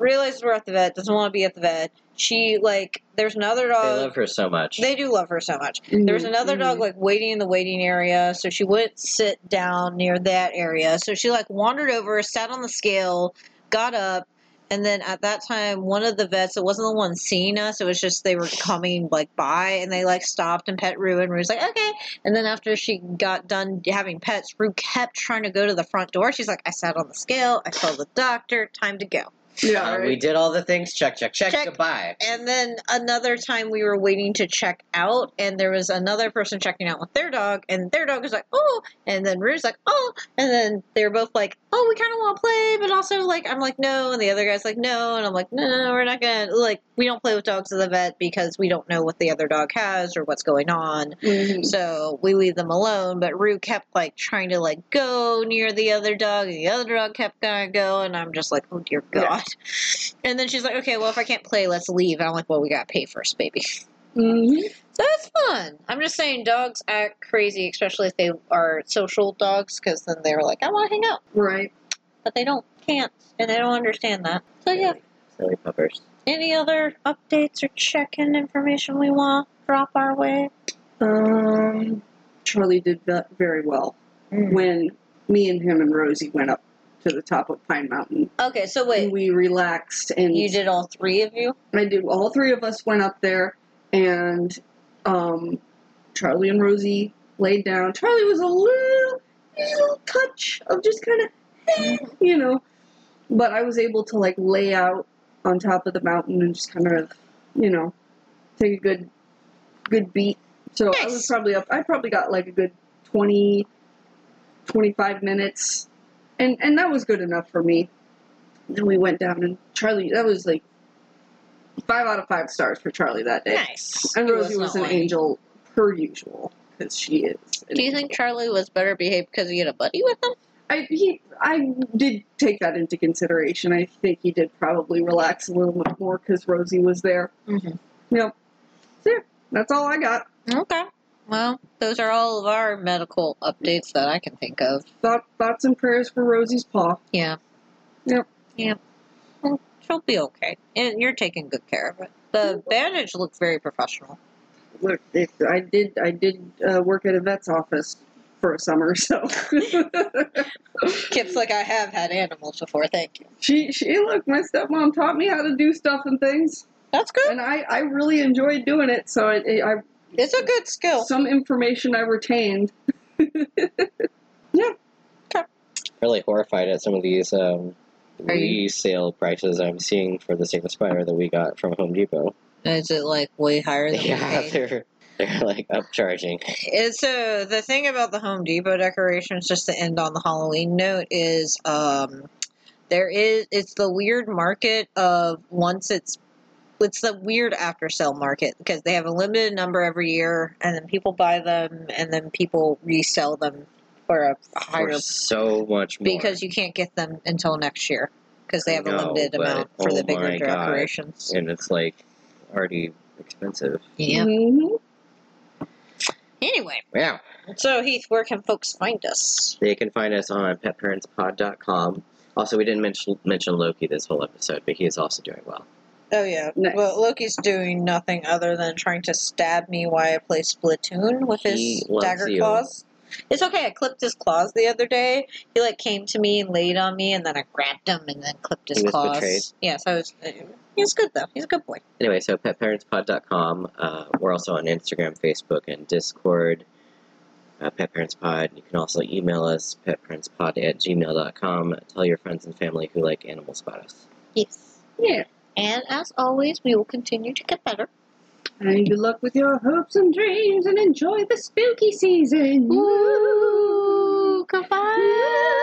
Speaker 2: realizes we're at the vet, doesn't want to be at the vet. She like there's another
Speaker 3: They
Speaker 2: dog.
Speaker 3: love her so much.
Speaker 2: Uh, They do love her so much. There was another
Speaker 4: Mm-hmm.
Speaker 2: dog like waiting in the waiting area, so she wouldn't sit down near that area. So she like wandered over, sat on the scale, got up, and then at that time, one of the vets, it wasn't the one seeing us, it was just they were coming like by, and they like stopped and pet Rue, and Rue's like okay. And then after she got done having pets, Rue kept trying to go to the front door. She's like, I sat on the scale, I saw the doctor, time to go.
Speaker 4: yeah
Speaker 3: Uh,
Speaker 4: right.
Speaker 3: We did all the things. Check, check, check.
Speaker 2: Check.
Speaker 3: Goodbye.
Speaker 2: And then another time we were waiting to check out, and there was another person checking out with their dog, and their dog was like, oh, and then Rue's like, oh, and then they're both like, oh, we kind of want to play, but also like, I'm like, no, and the other guy's like, no, and I'm like, no, no, we're not gonna like, we don't play with dogs at the vet because we don't know what the other dog has or what's going on.
Speaker 4: Mhm.
Speaker 2: So we leave them alone, but Rue kept like trying to like go near the other dog, and the other dog kept gonna go, and I'm just like, oh dear
Speaker 4: Yeah.
Speaker 2: god. And then she's like, okay, well if I can't play, let's leave. And I'm like, well we gotta pay first, baby.
Speaker 4: Mhm.
Speaker 2: So that's fun. I'm just saying, dogs act crazy, especially if they are social dogs, because then they're like, I want to hang out,
Speaker 4: right
Speaker 2: but they don't, can't, and they don't understand that. So Oh, yeah,
Speaker 3: Silly, silly puppers.
Speaker 2: any other updates or check-in information we want drop our way?
Speaker 4: um Charlie did ve- very well
Speaker 2: Mm.
Speaker 4: when me and him and Rosie went up to the top of Pine Mountain.
Speaker 2: Okay, so
Speaker 4: And
Speaker 2: wait,
Speaker 4: we relaxed and
Speaker 2: you did all three of you?
Speaker 4: I did all three of us went up there and um Charlie and Rosie laid down. Charlie was a little little touch of just kind of you know, but I was able to like lay out on top of the mountain and just kind of, you know, take a good good beat. So I was
Speaker 2: Nice.
Speaker 4: probably up I probably got like a good 20 25 minutes and and that was good enough for me. Then we went down and Charlie that was like five out of five stars for Charlie that day.
Speaker 2: Nice.
Speaker 4: And
Speaker 2: He
Speaker 4: Rosie was,
Speaker 2: not
Speaker 4: an
Speaker 2: whiny.
Speaker 4: angel per usual because she is. an
Speaker 2: Do you think Charlie was better behaved because he had a buddy with him?
Speaker 4: I he I did take that into consideration. I think he did probably relax a little bit more because Rosie was there.
Speaker 2: Mm-hmm.
Speaker 4: Yep. So, yeah, that's all I got.
Speaker 2: Okay. Well, those are all of our medical updates that I can think of.
Speaker 4: Thought, thoughts and prayers for Rosie's paw.
Speaker 2: Yeah.
Speaker 4: Yep.
Speaker 2: Yeah. Well, she'll be okay. And you're taking good care of it. The bandage looked very professional.
Speaker 4: Look, it, I did I did uh, work at a vet's office for a summer, so
Speaker 2: Kip's like, I have had animals before, thank you.
Speaker 4: she she look, my stepmom taught me how to do stuff and things,
Speaker 2: That's good.
Speaker 4: and I I really enjoyed doing it. So it, it, I
Speaker 2: It's a good skill.
Speaker 4: some information I retained.
Speaker 3: really horrified at some of these um,
Speaker 2: Are you-
Speaker 3: resale prices I'm seeing for the same spider that we got from Home Depot.
Speaker 2: Is it like way higher than we
Speaker 3: Yeah,
Speaker 2: paid?
Speaker 3: they're they're like upcharging.
Speaker 2: And so the thing about the Home Depot decorations, just to end on the Halloween note, is um, there is it's the weird market of once it's it's the weird after sale market because they have a limited number every year, and then people buy them, and then people resell them for a higher
Speaker 3: For so much more.
Speaker 2: because you can't get them until next year because they
Speaker 3: I
Speaker 2: have a
Speaker 3: know,
Speaker 2: limited
Speaker 3: but
Speaker 2: amount for
Speaker 3: oh
Speaker 2: the bigger
Speaker 3: my God.
Speaker 2: decorations.
Speaker 3: and it's like already expensive.
Speaker 2: Yeah.
Speaker 4: Mhm.
Speaker 2: Anyway,
Speaker 3: Wow.
Speaker 2: so Heath, where can folks find us?
Speaker 3: They can find us on petparentspod.com. Also, we didn't mention mention Loki this whole episode, but he is also doing well.
Speaker 2: Oh yeah.
Speaker 4: Nice.
Speaker 2: Well, Loki's doing nothing other than trying to stab me while I play Splatoon with
Speaker 3: He
Speaker 2: his
Speaker 3: loves
Speaker 2: dagger
Speaker 3: you.
Speaker 2: claws. It's okay. I clipped his claws the other day. He like came to me and laid on me, and then I grabbed him and then clipped his
Speaker 3: He was
Speaker 2: claws.
Speaker 3: betrayed.
Speaker 2: Yes, I was. uh, He's good though. He's a good boy.
Speaker 3: Anyway, so petparentspod.com. Uh, we're also on Instagram, Facebook, and Discord. Uh, Pet Parents Pod. You can also email us, petparentspod at gmail.com. Tell your friends and family who like animals about us.
Speaker 2: Yes.
Speaker 4: Yeah.
Speaker 2: And as always, we will continue to get better.
Speaker 4: And good luck with your hopes and dreams, and enjoy the spooky season.
Speaker 2: Ooh, goodbye.